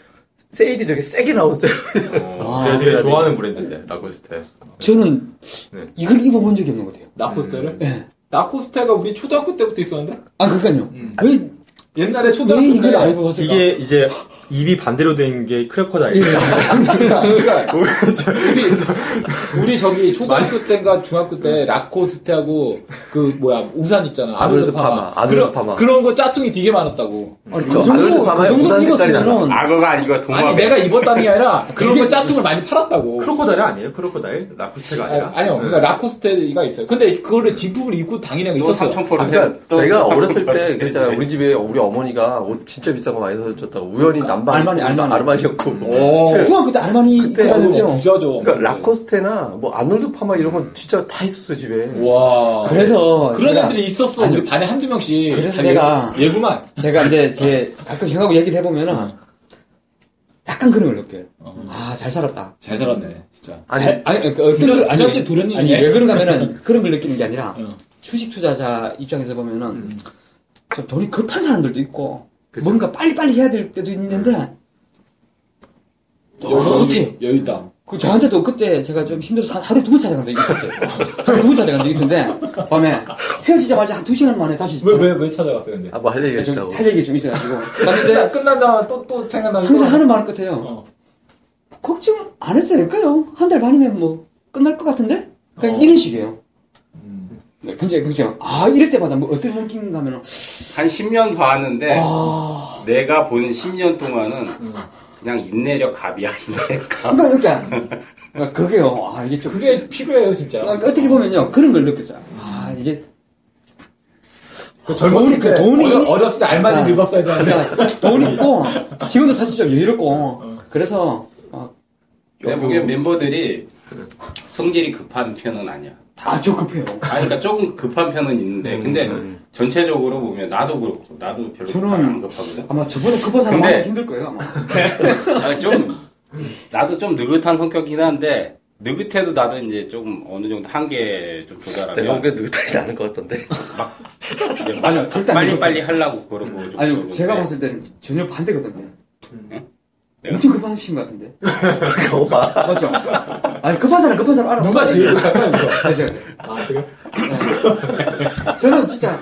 Speaker 1: 세일이 되게 세게 나온 세일이었어요.
Speaker 5: 아,
Speaker 4: 제가 되게 좋아하는 브랜드인데, 라코스테.
Speaker 5: 저는
Speaker 4: 네.
Speaker 5: 이걸 입어본 적이 없는 것 같아요.
Speaker 2: 라코스테를?
Speaker 5: 예.
Speaker 2: 라코스테가 우리 초등학교 때부터 있었는데?
Speaker 5: 아, 그러니까요.
Speaker 2: 음.
Speaker 5: 왜,
Speaker 2: 옛날에 초등학교
Speaker 5: 왜
Speaker 2: 때.
Speaker 5: 이걸 알고 갔을까?
Speaker 4: 이게 이제 입이 반대로 된 게 크래커다일.
Speaker 2: 그러니까, 그러니까 우리, 우리 저기 초등학교 때인가 중학교 때 라코스테하고 그 뭐야 우산 있잖아 아놀드
Speaker 1: 네. 아놀드 파마,
Speaker 2: 파마
Speaker 1: 아놀드
Speaker 2: 그런,
Speaker 1: 파마.
Speaker 2: 그런 거 짜투리 되게 많았다고
Speaker 5: 아니,
Speaker 1: 그쵸. 아놀드 파마에 우산 색깔이
Speaker 5: 입었으면은
Speaker 7: 악어가 아니고
Speaker 2: 아니
Speaker 7: 동화.
Speaker 2: 내가 입었다는 게 아니라 그런 거 짜투리를 많이 팔았다고
Speaker 4: 크로커다일 아니에요? 크로커다일? 라코스테가
Speaker 2: 아니,
Speaker 4: 아니라.
Speaker 2: 아니요 그러니까 라코스테가 있어요 근데 그거를 진품을 입고 다니는 애가
Speaker 7: 또
Speaker 2: 있었어요
Speaker 7: 삼천포로
Speaker 2: 아,
Speaker 1: 그러니까
Speaker 7: 또
Speaker 1: 내가
Speaker 7: 또
Speaker 1: 어렸을
Speaker 7: 또
Speaker 1: 때
Speaker 7: 또
Speaker 1: 그랬잖아.
Speaker 7: 또
Speaker 1: 우리 집에 우리 어머니가 옷 진짜 비싼 거 많이 사줬다고. 우연히 남방
Speaker 5: 알마니, 알마니.
Speaker 1: 아르마니였고.
Speaker 2: 오.
Speaker 5: 중학교 때 알마니
Speaker 1: 그때
Speaker 5: 입고 다녔대요.
Speaker 2: 어, 부자죠
Speaker 1: 그러니까 라코스테나 뭐 아놀드 파마 이런 건 진짜 다 있었어 집에.
Speaker 2: 와
Speaker 5: 그래서
Speaker 2: 그런
Speaker 5: 제가-
Speaker 2: 애들이 있었어
Speaker 5: 아니요.
Speaker 2: 우리 반에 한두 명씩
Speaker 5: 그래서
Speaker 2: 다
Speaker 5: 제가-
Speaker 2: 예- 예구만
Speaker 5: 제가 이제 제 가끔 형하고 얘기를 해보면은 약간 그런 걸 느껴요. 아 잘 살았다.
Speaker 2: 잘 살았네 진짜
Speaker 1: 아니,
Speaker 5: 잘- 아니 그러니까 어떤
Speaker 2: 부자-
Speaker 5: 걸 아니,
Speaker 2: 부잣집 도련님이네.
Speaker 5: 아니 왜 그런가 하면은 그런 걸 느끼는 게 아니라
Speaker 2: 예. 어.
Speaker 5: 주식 투자자 입장에서 보면은 좀 돈이 급한 사람들도 있고
Speaker 4: 그죠.
Speaker 5: 뭔가 빨리빨리 해야 될 때도 있는데 어떻게
Speaker 2: 여유다
Speaker 5: 그 저한테도 그때 제가 좀 힘들어서 한- 하루에 두 번 찾아간 적이 있었어요. 하루에 두 번 찾아간 적이 있었는데 밤에 헤어지자마자 한 두 시간 만에 다시
Speaker 2: 왜, 왜, 왜 찾아갔어요, 근데?
Speaker 1: 아 뭐 할 얘기가 있다고.
Speaker 5: 좀살 얘기 좀 있어가지고
Speaker 2: 나 근데 끝난 다음에 또, 또 생각나는
Speaker 5: 항상 하는 말 같아요.
Speaker 2: 어.
Speaker 5: 걱정 안 해도 될까요? 한 달 반이면 뭐 끝날 것 같은데? 그러니까
Speaker 2: 어. 음.
Speaker 5: 이런 식이에요. 네, 근데 그죠? 아 이럴 때마다 뭐 어떤 느낌인가 하면
Speaker 7: 한 10년
Speaker 2: 네.
Speaker 7: 봐왔는데
Speaker 5: 아
Speaker 7: 내가 본 10년 동안은 그냥 인내력 갑이야 인내력 갑.
Speaker 5: 그러니까 그러니까 그러니까 그게요. 아 이게 좀
Speaker 2: 그게 필요해요, 진짜.
Speaker 5: 그러니까 어떻게 보면요 그런 걸 느꼈어요. 아 이게
Speaker 2: 그 젊었을
Speaker 5: 그러니까
Speaker 2: 때,
Speaker 5: 돈이-
Speaker 2: 어려, 어렸을 때 알만히
Speaker 5: 아.
Speaker 2: 늙었어야 되는데.
Speaker 5: 그러니까 돈 있고 지금도 사실 좀 여유롭고 그래서 어, 막
Speaker 7: 내가 보기엔 멤버들이 성질이 급한 편은 아니야.
Speaker 5: 아주 급해요.
Speaker 7: 아니, 그러니까 조금 급한 편은 있는데, 근데 전체적으로 보면 나도 그렇고, 나도 별로
Speaker 5: 저는-
Speaker 7: 잘안 급하거든.
Speaker 5: 아마 저번에 급한 사람
Speaker 7: 근데-
Speaker 5: 하면 힘들 거예요. 아마.
Speaker 7: 아, 좀, 나도 좀 느긋한 성격이긴 한데, 느긋해도 나도 이제 조금 어느 정도 한계에 좀
Speaker 1: 내가
Speaker 7: 도달하면,
Speaker 1: 보기엔 느긋하지 않은 것 같던데.
Speaker 7: 이제
Speaker 5: 아니요, 절대 안
Speaker 7: 빨리빨리 하려고 그러고. 좀
Speaker 5: 아니
Speaker 7: 그러고
Speaker 5: 제가
Speaker 7: 그래.
Speaker 5: 봤을 때는 전혀 반대거든요.
Speaker 7: 네. 내가?
Speaker 5: 엄청 급하신 것 같은데.
Speaker 1: 그거 봐.
Speaker 5: 맞죠? 아니 급한 사람 급한 사람 알아.
Speaker 2: 누가 제일 급할까요, 그래서?
Speaker 5: 제가 제가
Speaker 2: 아, 그래요?
Speaker 5: 제가. 네. 저는 진짜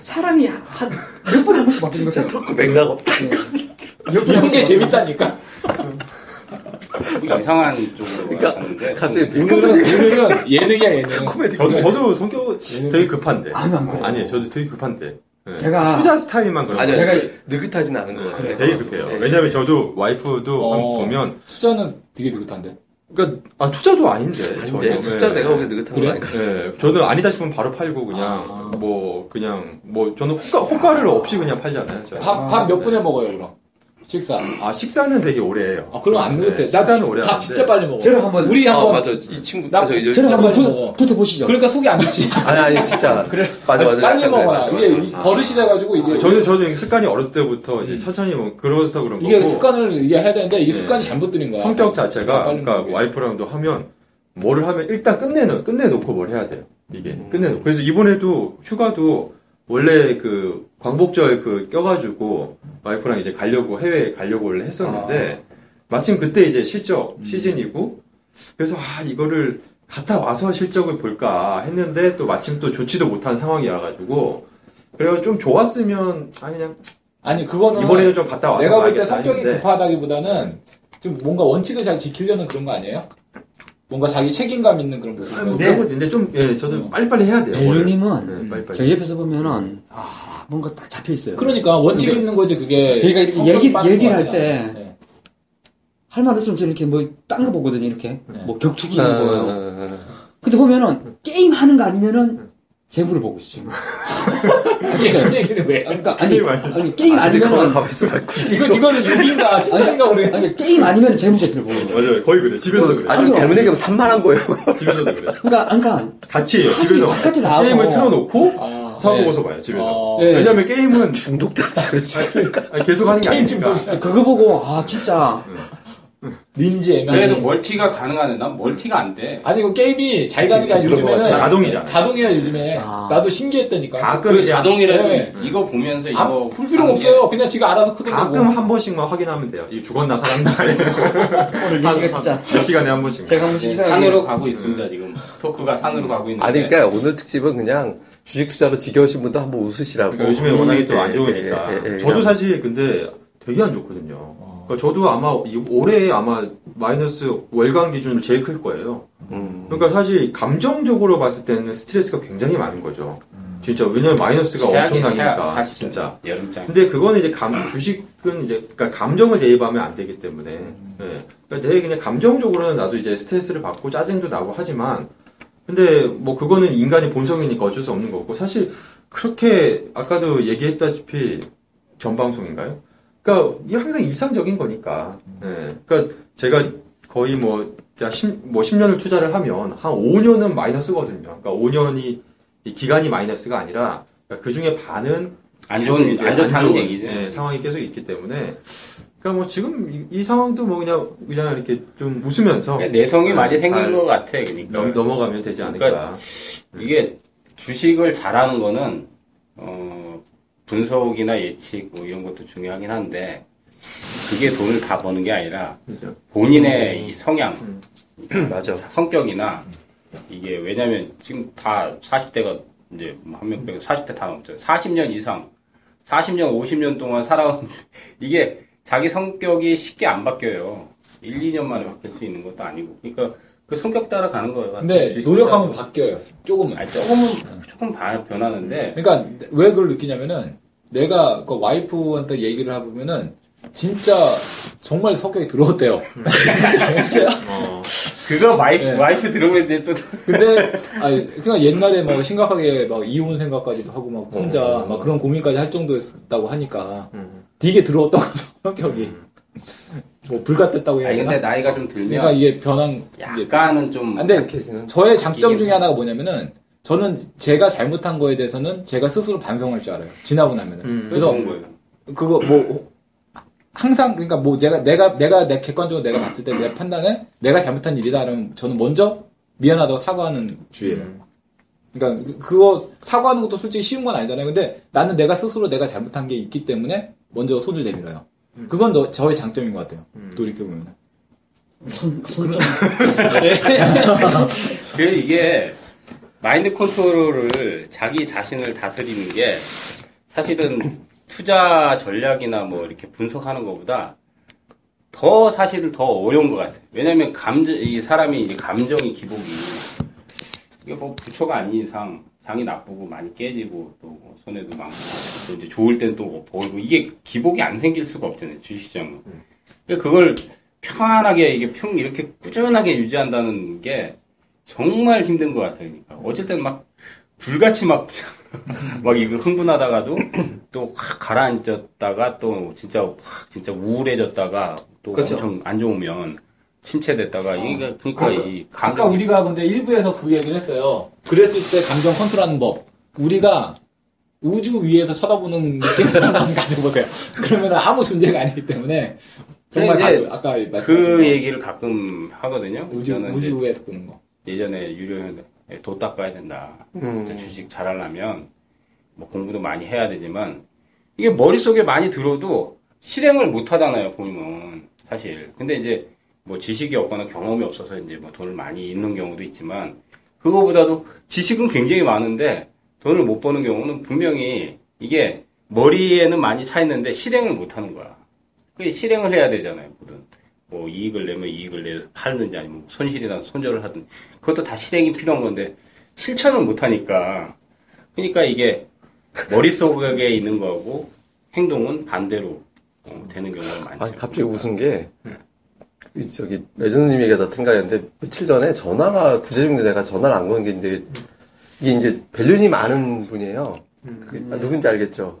Speaker 5: 사람이 한 몇 번 한 번씩 바뀌는 것 같아요.
Speaker 1: 그 맥락
Speaker 5: 어,
Speaker 1: 없다.
Speaker 5: 옆에
Speaker 2: 이런 게 재밌다니까.
Speaker 7: 뭐 이상한 쪽으로
Speaker 1: 그러니까
Speaker 7: 가는데. 음.
Speaker 1: 갑자기
Speaker 2: 예능은,
Speaker 5: 그러니까
Speaker 1: 맥락을
Speaker 2: 예능은 예능이야, 예능.
Speaker 1: 코미디.
Speaker 4: 저도, 저도 성격 되게 급한데.
Speaker 5: 네. 아니, 안 그래요.
Speaker 4: 네. 아니에요. 저도 되게 급한데. 네.
Speaker 5: 제가-
Speaker 4: 투자 스타일만 그런
Speaker 1: 아니요,
Speaker 4: 거예요.
Speaker 5: 제가-
Speaker 1: 느긋하진 않은 것 같아요.
Speaker 4: 되게 급해요.
Speaker 1: 네.
Speaker 4: 왜냐면 저도 와이프도
Speaker 2: 어.
Speaker 4: 한번 보면,
Speaker 2: 투자는 되게 느긋한데.
Speaker 4: 그러니까, 아, 투자도 아닌데.
Speaker 1: 근데 숫자 네.
Speaker 4: 네.
Speaker 1: 내가 보기엔 느긋한 건
Speaker 2: 그래?
Speaker 1: 아닌 것 같아.
Speaker 4: 예, 저는 아니다 싶으면 바로 팔고 그냥
Speaker 2: 아.
Speaker 4: 뭐 그냥 뭐 저는 호가, 를 없이 그냥 팔잖아요. 제가.
Speaker 2: 밥, 밥
Speaker 5: 네.
Speaker 2: 몇 분에 먹어요, 그럼? 식사.
Speaker 4: 아 식사는 되게 오래 해요.
Speaker 2: 아, 그럼 안
Speaker 4: 네,
Speaker 2: 느긋해. 나
Speaker 4: 식사는 오래
Speaker 2: 밥
Speaker 4: 하는데.
Speaker 2: 진짜 빨리 먹어.
Speaker 5: 저를 한번
Speaker 2: 우리
Speaker 1: 아,
Speaker 2: 한 번.
Speaker 1: 맞아. 이 친구.
Speaker 2: 나-
Speaker 1: 그래서 이제-
Speaker 5: 저를 한번
Speaker 2: 빨리
Speaker 5: 붙-
Speaker 2: 먹어.
Speaker 5: 붙어 보시죠.
Speaker 2: 그러니까 속이 안 좋지.
Speaker 1: 아니, 아니, 진짜. 그래. 맞아, 맞아.
Speaker 2: 빨리
Speaker 1: 잠깐,
Speaker 2: 먹어라.
Speaker 1: 그래, 맞아,
Speaker 2: 이게
Speaker 1: 맞아.
Speaker 2: 이 버릇이 돼가지고 이게.
Speaker 4: 네, 저는 저는 습관이 어렸을 때부터 이제 천천히 먹 그래서 그런
Speaker 2: 이게
Speaker 4: 거고
Speaker 2: 습관을 이게 해야 되는데 이게
Speaker 4: 뭐 네.
Speaker 2: 습관이 잘못 들인 거야.
Speaker 4: 성격 자체가
Speaker 2: 아, 빨리
Speaker 4: 그러니까
Speaker 2: 먹게.
Speaker 4: 와이프랑도 하면 뭐를 하면 일단 끝내는 끝내놓고 뭘 해야 돼요. 이게
Speaker 2: 음.
Speaker 4: 끝내놓고 그래서 이번에도 휴가도 원래 그 광복절 그 껴가지고 와이프랑 이제 가려고 해외에 가려고 원래 했었는데
Speaker 2: 아.
Speaker 4: 마침 그때 이제 실적
Speaker 2: 음.
Speaker 4: 시즌이고 그래서 아 이거를 갔다 와서 실적을 볼까 했는데 또 마침 또 좋지도 못한 상황이라가지고 그래서 좀 좋았으면 아 그냥
Speaker 2: 아니 그거는
Speaker 4: 이번에는 좀 갔다 와서
Speaker 2: 내가 볼 때
Speaker 4: 봐야겠다
Speaker 2: 성격이
Speaker 4: 했는데.
Speaker 2: 급하다기보다는 좀 뭔가 원칙을 잘 지키려는 그런 거 아니에요? 뭔가 자기 책임감 있는 그런 모습.
Speaker 4: 뭐 그런 건데 좀 예, 저도 빨리빨리 해야 돼요. 뭐를.
Speaker 5: 멜로님은
Speaker 4: 네, 빨리빨리.
Speaker 5: 저 옆에서 보면은 아 뭔가 딱 잡혀 있어요.
Speaker 2: 그러니까 원칙
Speaker 4: 네.
Speaker 2: 이 있는 거지 그게.
Speaker 5: 저희가 이렇게
Speaker 2: 성격이
Speaker 5: 얘기-
Speaker 2: 빠진
Speaker 5: 얘기를
Speaker 2: 거
Speaker 5: 할
Speaker 2: 같잖아.
Speaker 5: 때
Speaker 2: 네.
Speaker 5: 할 말 있으면 저 이렇게 뭐 딴 거 보거든요. 이렇게
Speaker 2: 네.
Speaker 5: 뭐 격투기
Speaker 1: 아,
Speaker 4: 네.
Speaker 5: 이런 거요.
Speaker 1: 아, 아, 아.
Speaker 5: 근데 보면은 게임 하는 거 아니면은 재물을 보고 있죠. 어쨌든.
Speaker 2: 네. 얘기를 왜? 해?
Speaker 5: 그러니까 아니,
Speaker 4: 게임 아니야.
Speaker 5: 아니 게임
Speaker 1: 아, 근데 그거는
Speaker 5: 아니면
Speaker 1: 가만히 있어봐. 굳이
Speaker 2: 이거, 이거는 욕인가 칭찬인가 모르겠네.
Speaker 5: 아니 게임 아니면 제 문제를 보는 거예요.
Speaker 4: 맞아요. 거의 그래. 집에서도 그래.
Speaker 1: 아주
Speaker 5: 아니요.
Speaker 1: 잘못 얘기하면 산만한 거예요.
Speaker 4: 집에서도 그래.
Speaker 5: 그러니까 그러니까
Speaker 4: 같이 해요.
Speaker 5: 사실
Speaker 4: 집에서.
Speaker 5: 바깥에 나와서
Speaker 4: 게임을 틀어놓고
Speaker 2: 아,
Speaker 4: 사보고서 봐요. 집에서.
Speaker 2: 어,
Speaker 5: 네.
Speaker 4: 왜냐면 게임은
Speaker 1: 중독됐어요.
Speaker 4: 아니, 계속 하는 게 아니니까.
Speaker 5: 그거 보고 아 진짜
Speaker 2: 닌지 애매하네.
Speaker 7: 그래도 뭐- 멀티가 가능한데 난 멀티가 안 돼.
Speaker 2: 아니 이거 게임이 잘 가는 게 아니라
Speaker 1: 그런
Speaker 2: 그러니까
Speaker 1: 것
Speaker 2: 요즘에는
Speaker 1: 같아요.
Speaker 4: 자동이잖아.
Speaker 2: 자동이라 요즘에
Speaker 5: 아.
Speaker 2: 나도 신기했다니까.
Speaker 4: 가끔
Speaker 7: 그
Speaker 4: 이제
Speaker 7: 자동이라도
Speaker 2: 네.
Speaker 7: 이거 보면서
Speaker 2: 아,
Speaker 7: 이거
Speaker 2: 볼 필요
Speaker 7: 가는 게
Speaker 2: 없어요. 그냥 지가 알아서 뭐. 크는
Speaker 4: 가끔
Speaker 2: 거고.
Speaker 4: 한 번씩만 확인하면 돼요. 이 죽었나 살았나. 네.
Speaker 5: 오늘 어, 얘기가 진짜
Speaker 4: 몇 시간에 한 번씩.
Speaker 5: 제가
Speaker 2: 네,
Speaker 5: 한번
Speaker 7: 지금
Speaker 5: 이상하게
Speaker 7: 네, 산으로 가고 있습니다 지금 토크가 산으로 가고 있는데
Speaker 1: 아니, 그러니까 오늘 특집은 그냥 주식 투자로 지겨우신 분들 한번 웃으시라고.
Speaker 4: 그러니까 요즘에 워낙에 또 안 좋으니까.
Speaker 1: 예, 예, 예, 예.
Speaker 4: 저도 사실 근데 되게 안 좋거든요. 그러니까 저도 아마 이- 올해 아마 마이너스 월간 기준으로 제일 클 거예요.
Speaker 1: 음.
Speaker 4: 그러니까 사실 감정적으로 봤을 때는 스트레스가 굉장히 많은 거죠. 진짜 왜냐면 마이너스가
Speaker 7: 최악의 최악,
Speaker 4: 엄청나니까
Speaker 7: 사실은
Speaker 4: 진짜.
Speaker 7: 여름장
Speaker 4: 근데 그거는 이제 감 주식은 이제 그러니까 감정을 대입하면 안 되기 때문에 예. 그러니까 내 그냥 감정적으로는 나도 이제 스트레스를 받고 짜증도 나고 하지만 근데 뭐 그거는 인간의 본성이니까 어쩔 수 없는 거고 사실 그렇게 아까도 얘기했다시피 전 방송인가요? 그러니까 이게 항상 일상적인 거니까. 예. 그러니까 제가 거의 뭐, 제가 10, 뭐 10년을 투자를 하면 한 5년은 마이너스거든요. 그러니까 5년이 이 기간이 마이너스가 아니라 그 중에 반은
Speaker 7: 안
Speaker 4: 계속
Speaker 7: 좋은
Speaker 4: 이제
Speaker 7: 안 좋다는
Speaker 4: 좋은,
Speaker 7: 얘기죠.
Speaker 4: 예, 상황이 계속 있기 때문에 그러니까 뭐 지금 이, 이 상황도 뭐 그냥 그냥 이렇게 좀 웃으면서 네,
Speaker 7: 그러니까 내성이 많이
Speaker 4: 잘
Speaker 7: 생긴 것 같아 그러니까
Speaker 4: 넘, 넘어가면 되지 않을까.
Speaker 7: 그러니까 이게 주식을 잘하는 거는 어, 분석이나 예측 뭐 이런 것도 중요하긴 한데 그게 돈을 다 버는 게 아니라
Speaker 4: 그죠?
Speaker 7: 본인의 이 성향 음,
Speaker 1: 맞아.
Speaker 7: 성격이나 이게 왜냐면 지금 다 40대가 이제 뭐 한명 빼고 40대 다 넘죠. 40년 이상, 40년, 50년 동안 살아온 이게 자기 성격이 쉽게 안 바뀌어요. 1, 2년 만에 바뀔 수 있는 것도 아니고. 그러니까 그 성격 따라 가는 거예요.
Speaker 2: 근데 노력하면 바뀌어요. 조금은.
Speaker 7: 아니, 조금은 조금 바- 변하는데
Speaker 2: 그러니까 왜 그걸 느끼냐면은 내가 그 와이프한테 얘기를 해보면은 진짜 정말 성격이 더러웠대요.
Speaker 4: 어,
Speaker 7: 그거 와이프
Speaker 2: 네.
Speaker 7: 와이프 들으면 이제 또
Speaker 2: 근데 아니, 그러니까 옛날에 뭐 심각하게 막 이혼 생각까지도 하고 막 혼자
Speaker 7: 음.
Speaker 2: 막 그런 고민까지 할 정도였다고 하니까
Speaker 4: 음.
Speaker 2: 되게 더러웠던 거죠 성격이. 뭐 불같았다고 해야
Speaker 7: 음. 아니 근데
Speaker 2: 되나?
Speaker 7: 나이가 좀 들면
Speaker 2: 그러니까 이게 변한 게
Speaker 7: 약간은 좀
Speaker 2: 근데 저의 장점
Speaker 7: 이게
Speaker 2: 중에 하나가 뭐냐면은 저는 제가 잘못한 거에 대해서는 제가 스스로 반성할 줄 알아요. 지나고 나면은.
Speaker 4: 음.
Speaker 2: 그래서
Speaker 7: 그런 거예요.
Speaker 2: 그거 뭐 항상 그러니까 뭐 제가 내가 내가 내 객관적으로 내가 봤을 때 내 판단에 내가 잘못한 일이다 그러면 저는 먼저 미안하다고 사과하는 주의예요. 그러니까 그거 사과하는 것도 솔직히 쉬운 건 아니잖아요. 근데 나는 내가 스스로 내가 잘못한 게 있기 때문에 먼저 손을 내밀어요. 그건 너- 저의 장점인 것 같아요. 돌이켜 보면.
Speaker 4: 아,
Speaker 5: 손손좀
Speaker 7: 그 이게 마인드 컨트롤을 자기 자신을 다스리는 게 사실은 투자 전략이나 뭐 이렇게 분석하는 것보다 더 사실 더 어려운 것 같아요. 왜냐하면 감정 이 사람이 이제 감정이 기복이 이게 뭐 부처가 아닌 이상 장이 나쁘고 많이 깨지고 또뭐 손해도 많고 또 이제 좋을 땐 또 벌고 이게 기복이 안 생길 수가 없잖아요 주식시장은.
Speaker 2: 음.
Speaker 7: 근데 그걸 편안하게 이게 평 이렇게 꾸준하게 유지한다는 게 정말 힘든 것 같아요. 그러니까 어쨌든 막 불같이 막 막 이거 흥분하다가도 또 확 가라앉았다가 또 진짜 확 진짜 우울해졌다가 또
Speaker 4: 그쵸.
Speaker 7: 엄청 안 좋으면 침체됐다가 이게 그러니까 이
Speaker 2: 그렇죠. 어. 아까
Speaker 7: 감정이-
Speaker 2: 우리가 근데 일부에서 그 얘기를 했어요. 그랬을 때 감정 컨트롤하는 법. 우리가 우주 위에서 쳐다보는 느낌을 한번 가져보세요. 그러면 아무 존재가 아니기 때문에 정말
Speaker 7: 근데 이제
Speaker 2: 가- 아까 말씀하신
Speaker 7: 그
Speaker 2: 거.
Speaker 7: 얘기를 가끔 하거든요.
Speaker 2: 우주
Speaker 7: 저는
Speaker 2: 우주
Speaker 7: 이제
Speaker 2: 위에서 보는 거.
Speaker 7: 예전에 유료에 돈 닦아야 된다.
Speaker 2: 음.
Speaker 7: 진짜 주식 잘하려면 뭐 공부도 많이 해야 되지만 이게 머릿속에 많이 들어도 실행을 못 하잖아요, 보면. 사실. 근데 이제 뭐 지식이 없거나 경험이 없어서 이제 뭐 돈을 많이 잃는 경우도 있지만 그거보다도 지식은 굉장히 많은데 돈을 못 버는 경우는 분명히 이게 머리에는 많이 차 있는데 실행을 못 하는 거야. 그 실행을 해야 되잖아요, 뭐든. 뭐 이익을 내면 이익을 내 하든지 아니면 손실이나 손절을 하든 그것도 다 실행이 필요한 건데 실천을 못 하니까 그러니까 이게 머릿속에 있는 거하고 행동은 반대로 어, 되는 경우가 많죠.
Speaker 1: 아니, 갑자기 웃은 게, 이 저기, 레전드님 얘기가 다 생각이었는데, 며칠 전에 전화가, 부재중인데 내가 전화를 안 거는 게, 이제, 이게 이제, 밸류님 아는 분이에요. 그- 아,
Speaker 4: 음.
Speaker 1: 누군지 알겠죠?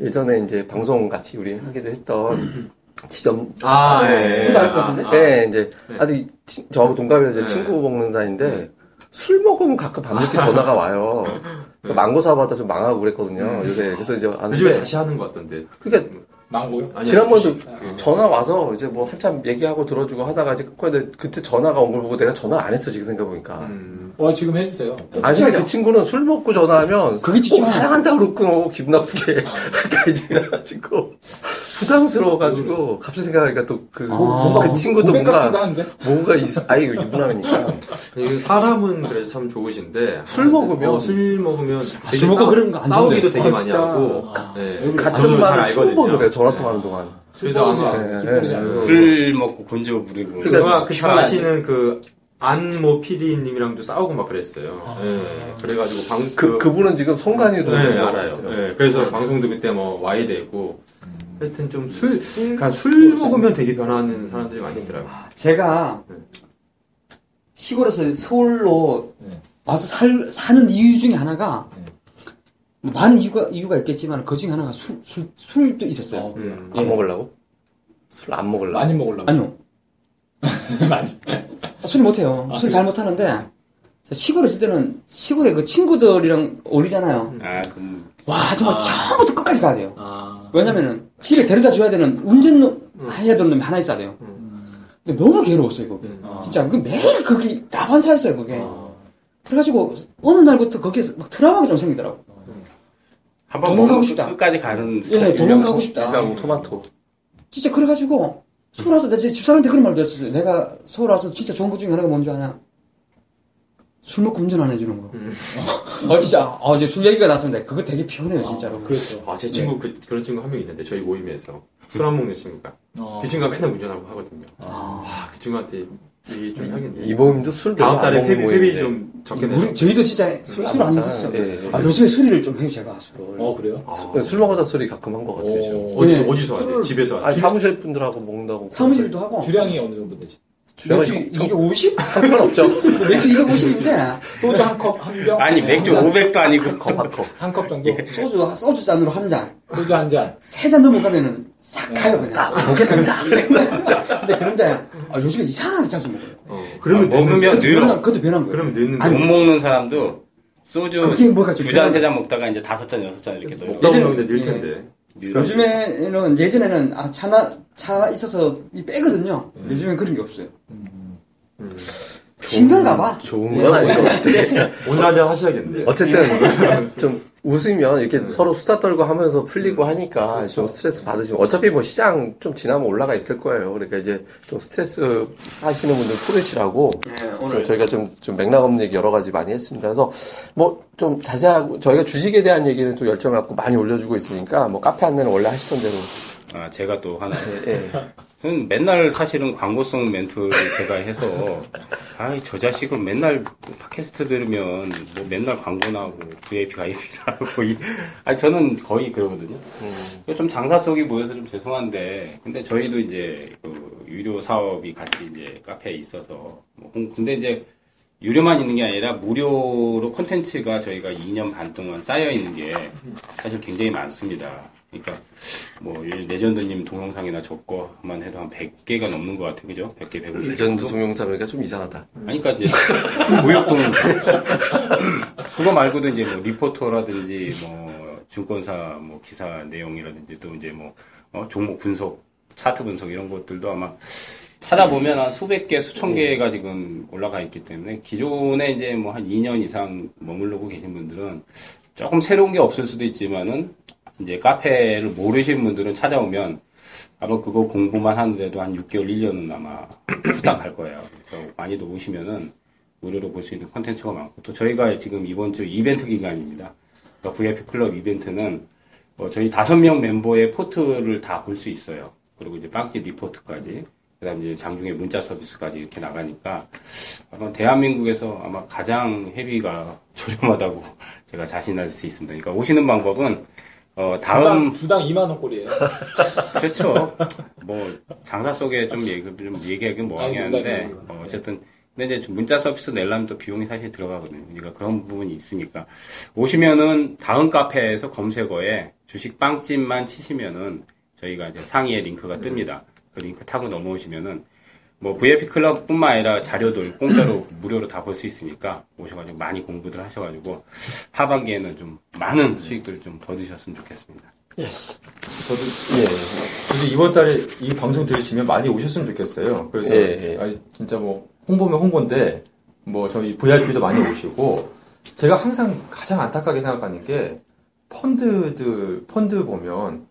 Speaker 1: 예전에 이제 방송 같이 우리 하기도 했던 지점
Speaker 4: 아, 예.
Speaker 5: 둘다 알 것 같은데?
Speaker 1: 네, 이제
Speaker 4: 네.
Speaker 1: 아직 치- 저하고 동갑이라서
Speaker 4: 네.
Speaker 1: 친구 먹는 사이인데
Speaker 4: 네.
Speaker 1: 술 먹으면 가끔 밤늦게 전화가 와요. 그 망고 사업하다 좀 망하고 그랬거든요.
Speaker 4: 음.
Speaker 1: 요새 그래서 이제 아는데
Speaker 4: 요즘에 다시 하는 것 같던데.
Speaker 1: 그러니까
Speaker 2: 망고요?
Speaker 4: 아니,
Speaker 1: 네. 지난번도
Speaker 4: 그
Speaker 2: 아.
Speaker 1: 전화 와서 이제 뭐 한참 얘기하고 들어주고 하다가 이제 끊고 그때 전화가 온 걸 보고 내가 전화를 안 했어 지금 생각 해보니까.
Speaker 4: 음.
Speaker 2: 와 어, 지금 해주세요.
Speaker 1: 아 근데 그 친구는 술 먹고 전화하면
Speaker 5: 그게
Speaker 1: 꼭
Speaker 5: 집중하는
Speaker 1: 사랑한다 그러고 기분 나쁘게 그러니까 이제 그래가지고 부담스러워가지고 갑자기 생각하니까 또 그
Speaker 4: 아,
Speaker 1: 그 친구도
Speaker 2: 고백
Speaker 1: 뭔가
Speaker 2: 같기도 한데?
Speaker 1: 뭔가 이 아이 유부남이니까
Speaker 4: 아니, 그 사람은 그래도 참 좋으신데.
Speaker 1: 술 먹으면?
Speaker 4: 어, 술 먹으면.
Speaker 5: 아, 술 먹고 그런 거안
Speaker 4: 싸우기도
Speaker 5: 좋은데.
Speaker 4: 되게
Speaker 1: 아,
Speaker 4: 많이
Speaker 1: 진짜.
Speaker 4: 하고.
Speaker 2: 아.
Speaker 4: 네. 저도
Speaker 1: 같은
Speaker 4: 잘
Speaker 1: 말을
Speaker 4: 알거든요.
Speaker 1: 수번을 해요 전화
Speaker 4: 네.
Speaker 1: 통하는 동안
Speaker 4: 그래서 아마
Speaker 1: 예,
Speaker 2: 술버리지
Speaker 1: 예,
Speaker 2: 않고.
Speaker 4: 예.
Speaker 7: 술 먹고 곤지어 부리고.
Speaker 1: 그러니까
Speaker 4: 제가
Speaker 6: 그
Speaker 4: 잘
Speaker 6: 사람
Speaker 4: 아시는 그 안모 PD님이랑도 싸우고 막 그랬어요. 예. 그래가지고 방
Speaker 1: 그 그분은 지금 성관이도
Speaker 4: 네,
Speaker 1: 되는 거
Speaker 4: 알아요.
Speaker 1: 같아요.
Speaker 4: 예, 그래서 방송도 그때 뭐 와이 되고 하여튼 좀 술 그러니까 술 먹으면 되게 변하는 사람들이 많이 있더라고요.
Speaker 5: 아, 제가
Speaker 4: 네.
Speaker 5: 시골에서 서울로
Speaker 2: 네.
Speaker 5: 와서 살, 사는 이유 중에 하나가
Speaker 2: 네.
Speaker 5: 뭐 많은 이유가, 이유가 있겠지만 그 중에 하나가 술, 술, 술도 있었어요.
Speaker 4: 음.
Speaker 1: 안 먹으려고 술 안 먹으려고
Speaker 2: 많이 먹으려고.
Speaker 5: 아니요.
Speaker 2: 많이.
Speaker 5: 술 못해요.
Speaker 2: 아,
Speaker 5: 술 잘 못하는데 시골에 있을 때는 시골에 그 친구들이랑 어울리잖아요.
Speaker 7: 아, 그럼
Speaker 5: 와 정말
Speaker 2: 아.
Speaker 5: 처음부터 끝까지 가야 돼요.
Speaker 2: 아.
Speaker 5: 왜냐면은 집에 데려다 줘야 되는 운전 해야 되는 놈이 하나 있어야 돼요. 근데 너무 괴로웠어요 그게.
Speaker 4: 음.
Speaker 2: 아.
Speaker 5: 진짜 그 매일 거기 나반사였어요 그게.
Speaker 7: 아,
Speaker 5: 그래가지고 어느 날부터 거기에서 막 트라우마가 좀 생기더라고.
Speaker 7: 한번
Speaker 5: 도망가고
Speaker 7: 먹고
Speaker 5: 싶다.
Speaker 7: 끝까지 가는 스타일.
Speaker 5: 예, 도망가고 싶다.
Speaker 1: 그냥 토마토
Speaker 5: 진짜 그래가지고 서울 와서 내가 집 사람한테 그런 말도 했었어요. 내가 서울 와서 진짜 좋은 것 중에 하나가 뭔지 아냐? 술 먹고 운전 안 해주는 거.
Speaker 4: 음.
Speaker 5: 아 진짜 아 이제 술 얘기가 나왔는데 그거 되게 피곤해요 진짜로.
Speaker 2: 그렇죠.
Speaker 4: 아, 제 친구 그, 그런 친구 한 명 있는데 저희 모임에서 술 안 먹는 친구가
Speaker 2: 어.
Speaker 4: 그 친구가 맨날 운전하고 하거든요. 아, 그 친구한테 얘기 좀 하겠네.
Speaker 1: 이 모임도 술 별로
Speaker 4: 다음
Speaker 1: 안
Speaker 4: 달에
Speaker 1: 먹는
Speaker 4: 회비 회비
Speaker 1: 모임인데.
Speaker 4: 좀 적게 내서
Speaker 5: 우리 저희도 진짜
Speaker 1: 술안
Speaker 5: 술안
Speaker 1: 먹잖아요.
Speaker 5: 드시죠.
Speaker 1: 예, 예.
Speaker 5: 아, 요즘에 술을 좀 해요 제가 술을.
Speaker 2: 어 그래요?
Speaker 4: 아.
Speaker 1: 술- 술 먹으다 소리 가끔 한 것 같아요 지금.
Speaker 2: 오.
Speaker 4: 어디서
Speaker 5: 네.
Speaker 4: 어디서 하지?
Speaker 2: 술을-
Speaker 4: 집에서
Speaker 1: 아니
Speaker 4: 하지?
Speaker 1: 사무실 분들하고 먹는다고
Speaker 5: 사무실도 하고
Speaker 2: 주량이 어느 정도 되지?
Speaker 1: 주량이
Speaker 5: 맥주
Speaker 1: 형-
Speaker 5: 250?
Speaker 1: 상관없죠
Speaker 5: 맥주 250인데
Speaker 2: 소주 한 컵 한 병?
Speaker 5: 예.
Speaker 2: 네,
Speaker 7: 아니, 맥주
Speaker 2: 한
Speaker 7: 500도 아니고 컵.
Speaker 2: 잔, 한컵 정도?
Speaker 5: 소주 소주 잔으로 한 잔,
Speaker 2: 소주 한 잔.
Speaker 5: 세 잔 넘어가면은 싹
Speaker 2: 네.
Speaker 5: 가요 그냥.
Speaker 1: 먹겠습니다
Speaker 5: 근데 그런데 아, 요즘에 이상하게 자주 먹어요.
Speaker 4: 어, 그러면
Speaker 7: 아, 먹으면
Speaker 4: 늙는-
Speaker 5: 그것도
Speaker 7: 늘어.
Speaker 5: 변한 그것도 변한 거예요. 네.
Speaker 4: 그러면 늦는
Speaker 7: 못 먹는 사람도 소주
Speaker 5: 그게 뭐가 좀
Speaker 7: 두 잔,
Speaker 5: 변한
Speaker 7: 세 잔 먹다가 이제 다섯 잔, 여섯 잔 이렇게 넣어요.
Speaker 4: 먹다
Speaker 5: 예전에-
Speaker 4: 보면 늘
Speaker 5: 예.
Speaker 4: 텐데.
Speaker 5: 요즘에는 예전에는 아 차나 차 있어서 이 빼거든요. 요즘엔 그런 게 없어요.
Speaker 4: 음.
Speaker 5: 힘든가 봐.
Speaker 1: 좋은 건 아니고
Speaker 5: 네.
Speaker 4: 온라인
Speaker 1: 네.
Speaker 4: 하셔야겠는데.
Speaker 1: 어쨌든 좀 웃으면 이렇게 서로 수다 떨고 하면서 풀리고 하니까 좀 스트레스 받으시면 어차피 뭐 시장 좀 지나면 올라가 있을 거예요. 그러니까 이제 좀 스트레스 하시는 분들 풀으시라고 좀 저희가 좀, 좀 맥락 없는 얘기 여러 가지 많이 했습니다. 그래서 뭐 좀 자세하고 저희가 주식에 대한 얘기는 또 열정 갖고 많이 올려주고 있으니까 뭐 카페 안내는 원래 하시던 대로
Speaker 7: 아, 제가 또 하나.
Speaker 1: 예, 예.
Speaker 7: 저는 맨날 사실은 광고성 멘트를 제가 해서, 아이, 저 자식은 맨날 팟캐스트 들으면 뭐 맨날 광고 나오고, VIP 가입이라고. 아, 저는 거의 그러거든요. 좀 장사 속이 보여서 좀 죄송한데, 근데 저희도 이제 그 유료 사업이 같이 이제 카페에 있어서, 뭐 홍- 근데 이제 유료만 있는 게 아니라 무료로 콘텐츠가 저희가 2년 반 동안 쌓여 있는 게 사실 굉장히 많습니다. 그러니까 뭐 이 레전드님 동영상이나 저거만 해도 한 100개가 넘는 것 같아요, 그죠? 100개, 150개.
Speaker 1: 레전드 동영상이니까 좀 이상하다.
Speaker 7: 아니, 그러니까 이제 무역 동영상. 그거 말고도 이제 뭐 리포터라든지 뭐 증권사 뭐 기사 내용이라든지 또 이제 뭐 어, 종목 분석, 차트 분석 이런 것들도 아마 찾아보면 한 수백 개, 수천 개가 지금 올라가 있기 때문에 기존에 이제 뭐 한 2년 이상 머물러고 계신 분들은 조금 새로운 게 없을 수도 있지만은 이제 카페를 모르신 분들은 찾아오면 아마 그거 공부만 하는데도 한 6개월, 1년은 아마 후딱 갈 거예요. 그래서 많이도 오시면은 무료로 볼 수 있는 콘텐츠가 많고 또 저희가 지금 이번 주 이벤트 기간입니다. 그러니까 VIP 클럽 이벤트는 뭐 저희 다섯 명 멤버의 포트를 다 볼 수 있어요. 그리고 이제 빵집 리포트까지 그다음 이제 장중에 문자 서비스까지 이렇게 나가니까 아마 대한민국에서 아마 가장 회비가 저렴하다고 제가 자신할 수 있습니다. 그러니까 오시는 방법은 어, 다음
Speaker 2: 두 당 2만 원꼴이에요.
Speaker 7: 그렇죠. 뭐 장사 속에 좀 얘기 좀 얘기하기 는
Speaker 2: 아니,
Speaker 7: 뭐하긴 한데
Speaker 4: 아, 네,
Speaker 2: 농담이고요.
Speaker 7: 어, 어쨌든 근데 이제 문자 서비스 내려면 또 비용이 사실 들어가거든요. 그러니까 그런 부분이 있으니까. 오시면은 다음 카페에서 검색어에 주식 빵집만 치시면은 저희가 이제 상위에 링크가 뜹니다. 그 링크 타고 넘어오시면은 뭐 VIP 클럽뿐만 아니라 자료들 공짜로 무료로 다 볼 수 있으니까 오셔가지고 많이 공부들 하셔가지고 하반기에는 좀 많은 수익들을 좀 거두셨으면 좋겠습니다.
Speaker 4: 저도
Speaker 1: 예.
Speaker 4: 저도 이번 달에 이 방송 들으시면 많이 오셨으면 좋겠어요. 그래서
Speaker 1: 예, 예.
Speaker 4: 아니, 진짜 뭐 홍보면 홍보인데 뭐 저희 VIP도 많이 오시고 제가 항상 가장 안타깝게 생각하는 게 펀드들 펀드 보면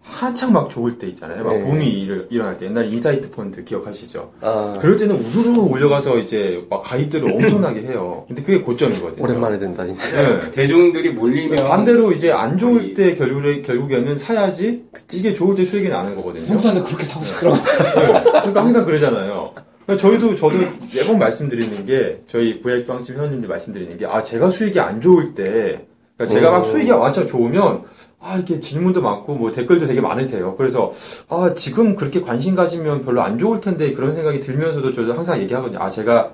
Speaker 4: 한창 막 좋을 때 있잖아요. 막
Speaker 1: 예.
Speaker 4: 붐이 일, 일어날 때 옛날 인사이트 펀드 기억하시죠?
Speaker 1: 아,
Speaker 4: 그럴 때는 우르르 올려가서 이제 막 가입들을 엄청나게 해요. 근데 그게 고점이거든요.
Speaker 1: 오랜만에 된다, 인생.
Speaker 4: 예.
Speaker 7: 네, 대중들이 몰리면
Speaker 4: 그러니까 네, 반대로 이제 안 좋을 때 결국에, 결국에는 사야지 이게 좋을 때 수익이 나는 거거든요.
Speaker 5: 부동산을 그렇게 사고 싶더라고.
Speaker 4: 네. 그러니까 항상 그러잖아요. 그러니까 저희도 저도 매번 말씀드리는 게 저희 VIP 빵집 회원님들 말씀드리는 게 아 제가 수익이 안 좋을 때 그러니까 제가 막
Speaker 1: 오.
Speaker 4: 수익이 완전 좋으면 아 이렇게 질문도 많고 뭐 댓글도 되게 많으세요. 그래서 아 지금 그렇게 관심 가지면 별로 안 좋을 텐데 그런 생각이 들면서도 저도 항상 얘기하거든요. 아 제가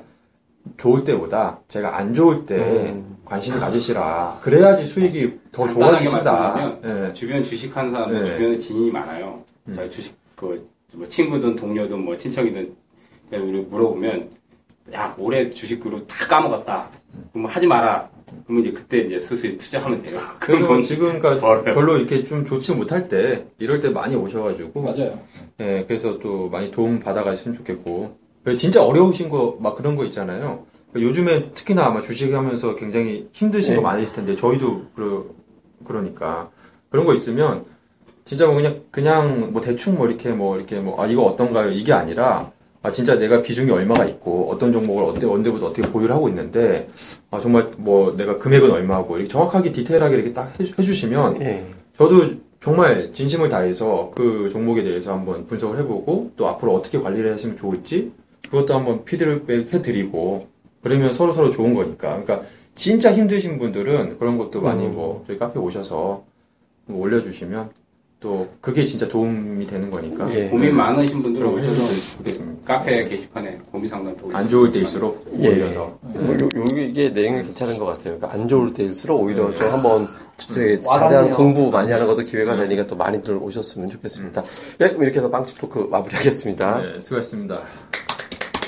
Speaker 4: 좋을 때보다 제가 안 좋을 때
Speaker 1: 음.
Speaker 4: 관심 가지시라. 그래야지 수익이 더
Speaker 7: 간단하게
Speaker 4: 좋아지신다.
Speaker 7: 말씀드리면
Speaker 4: 네.
Speaker 7: 주변 주식하는 사람
Speaker 4: 네. 음.
Speaker 7: 은 주변에 지인이 많아요. 자 주식 그뭐 친구든 동료든 뭐 친척이든 그냥 우리 물어보면 야 올해 주식으로 다 까먹었다. 그럼 뭐 하지 마라. 그러면 이제 그때 이제 슬슬 투자하면 돼요. 그럼
Speaker 4: 그래서
Speaker 7: 돈
Speaker 4: 지금까지
Speaker 7: 벌어요.
Speaker 4: 별로 이렇게 좀 좋지 못할 때 이럴 때 많이 오셔가지고
Speaker 5: 맞아요.
Speaker 4: 네, 그래서 또 많이 도움 받아가시면 좋겠고. 그리고 진짜 어려우신 거, 막 그런 거 있잖아요. 그러니까 요즘에 특히나 아마 주식하면서 굉장히 힘드신 거
Speaker 1: 네.
Speaker 4: 많이 있을 텐데, 저희도 그러, 그러니까. 그런 거 있으면, 진짜 뭐 그냥, 그냥 뭐 대충 뭐 이렇게 뭐 이렇게 뭐, 아, 이거 어떤가요? 이게 아니라, 아, 진짜 내가 비중이 얼마가 있고, 어떤 종목을 어때, 언제부터 어떻게 보유를 하고 있는데, 아, 정말 뭐 내가 금액은 얼마고, 이렇게 정확하게 디테일하게 이렇게 딱 해주- 해주시면,
Speaker 1: 예.
Speaker 4: 저도 정말 진심을 다해서 그 종목에 대해서 한번 분석을 해보고 또 앞으로 어떻게 관리를 하시면 좋을지 그것도 한번 피드백 해드리고 그러면 서로 서로 좋은 거니까 그러니까 진짜 힘드신 분들은 그런 것도 많이
Speaker 1: 음.
Speaker 4: 뭐 저희 카페 오셔서 뭐 올려주시면 또 그게 진짜 도움이 되는 거니까
Speaker 1: 예.
Speaker 7: 고민 많으신 분들은
Speaker 4: 그런 거
Speaker 7: 오셔서
Speaker 4: 해주셨으면 좋겠습니다.
Speaker 7: 카페 게시판에 고민 상담 도우시
Speaker 4: 네. 안 좋을 때일수록
Speaker 1: 예.
Speaker 4: 오히려 더
Speaker 1: 뭐 요, 요, 이게 내용이 괜찮은 것 같아요. 그러니까 안 좋을 때일수록 오히려
Speaker 4: 네.
Speaker 1: 좀 한번 되게 자세한
Speaker 5: 음. 와닿네요.
Speaker 1: 공부 많이 하는 것도 기회가 되니까
Speaker 5: 네.
Speaker 1: 또 많이들 오셨으면 좋겠습니다. 예, 그럼 이렇게 해서 빵집 토크 마무리하겠습니다.
Speaker 4: 네, 수고하셨습니다.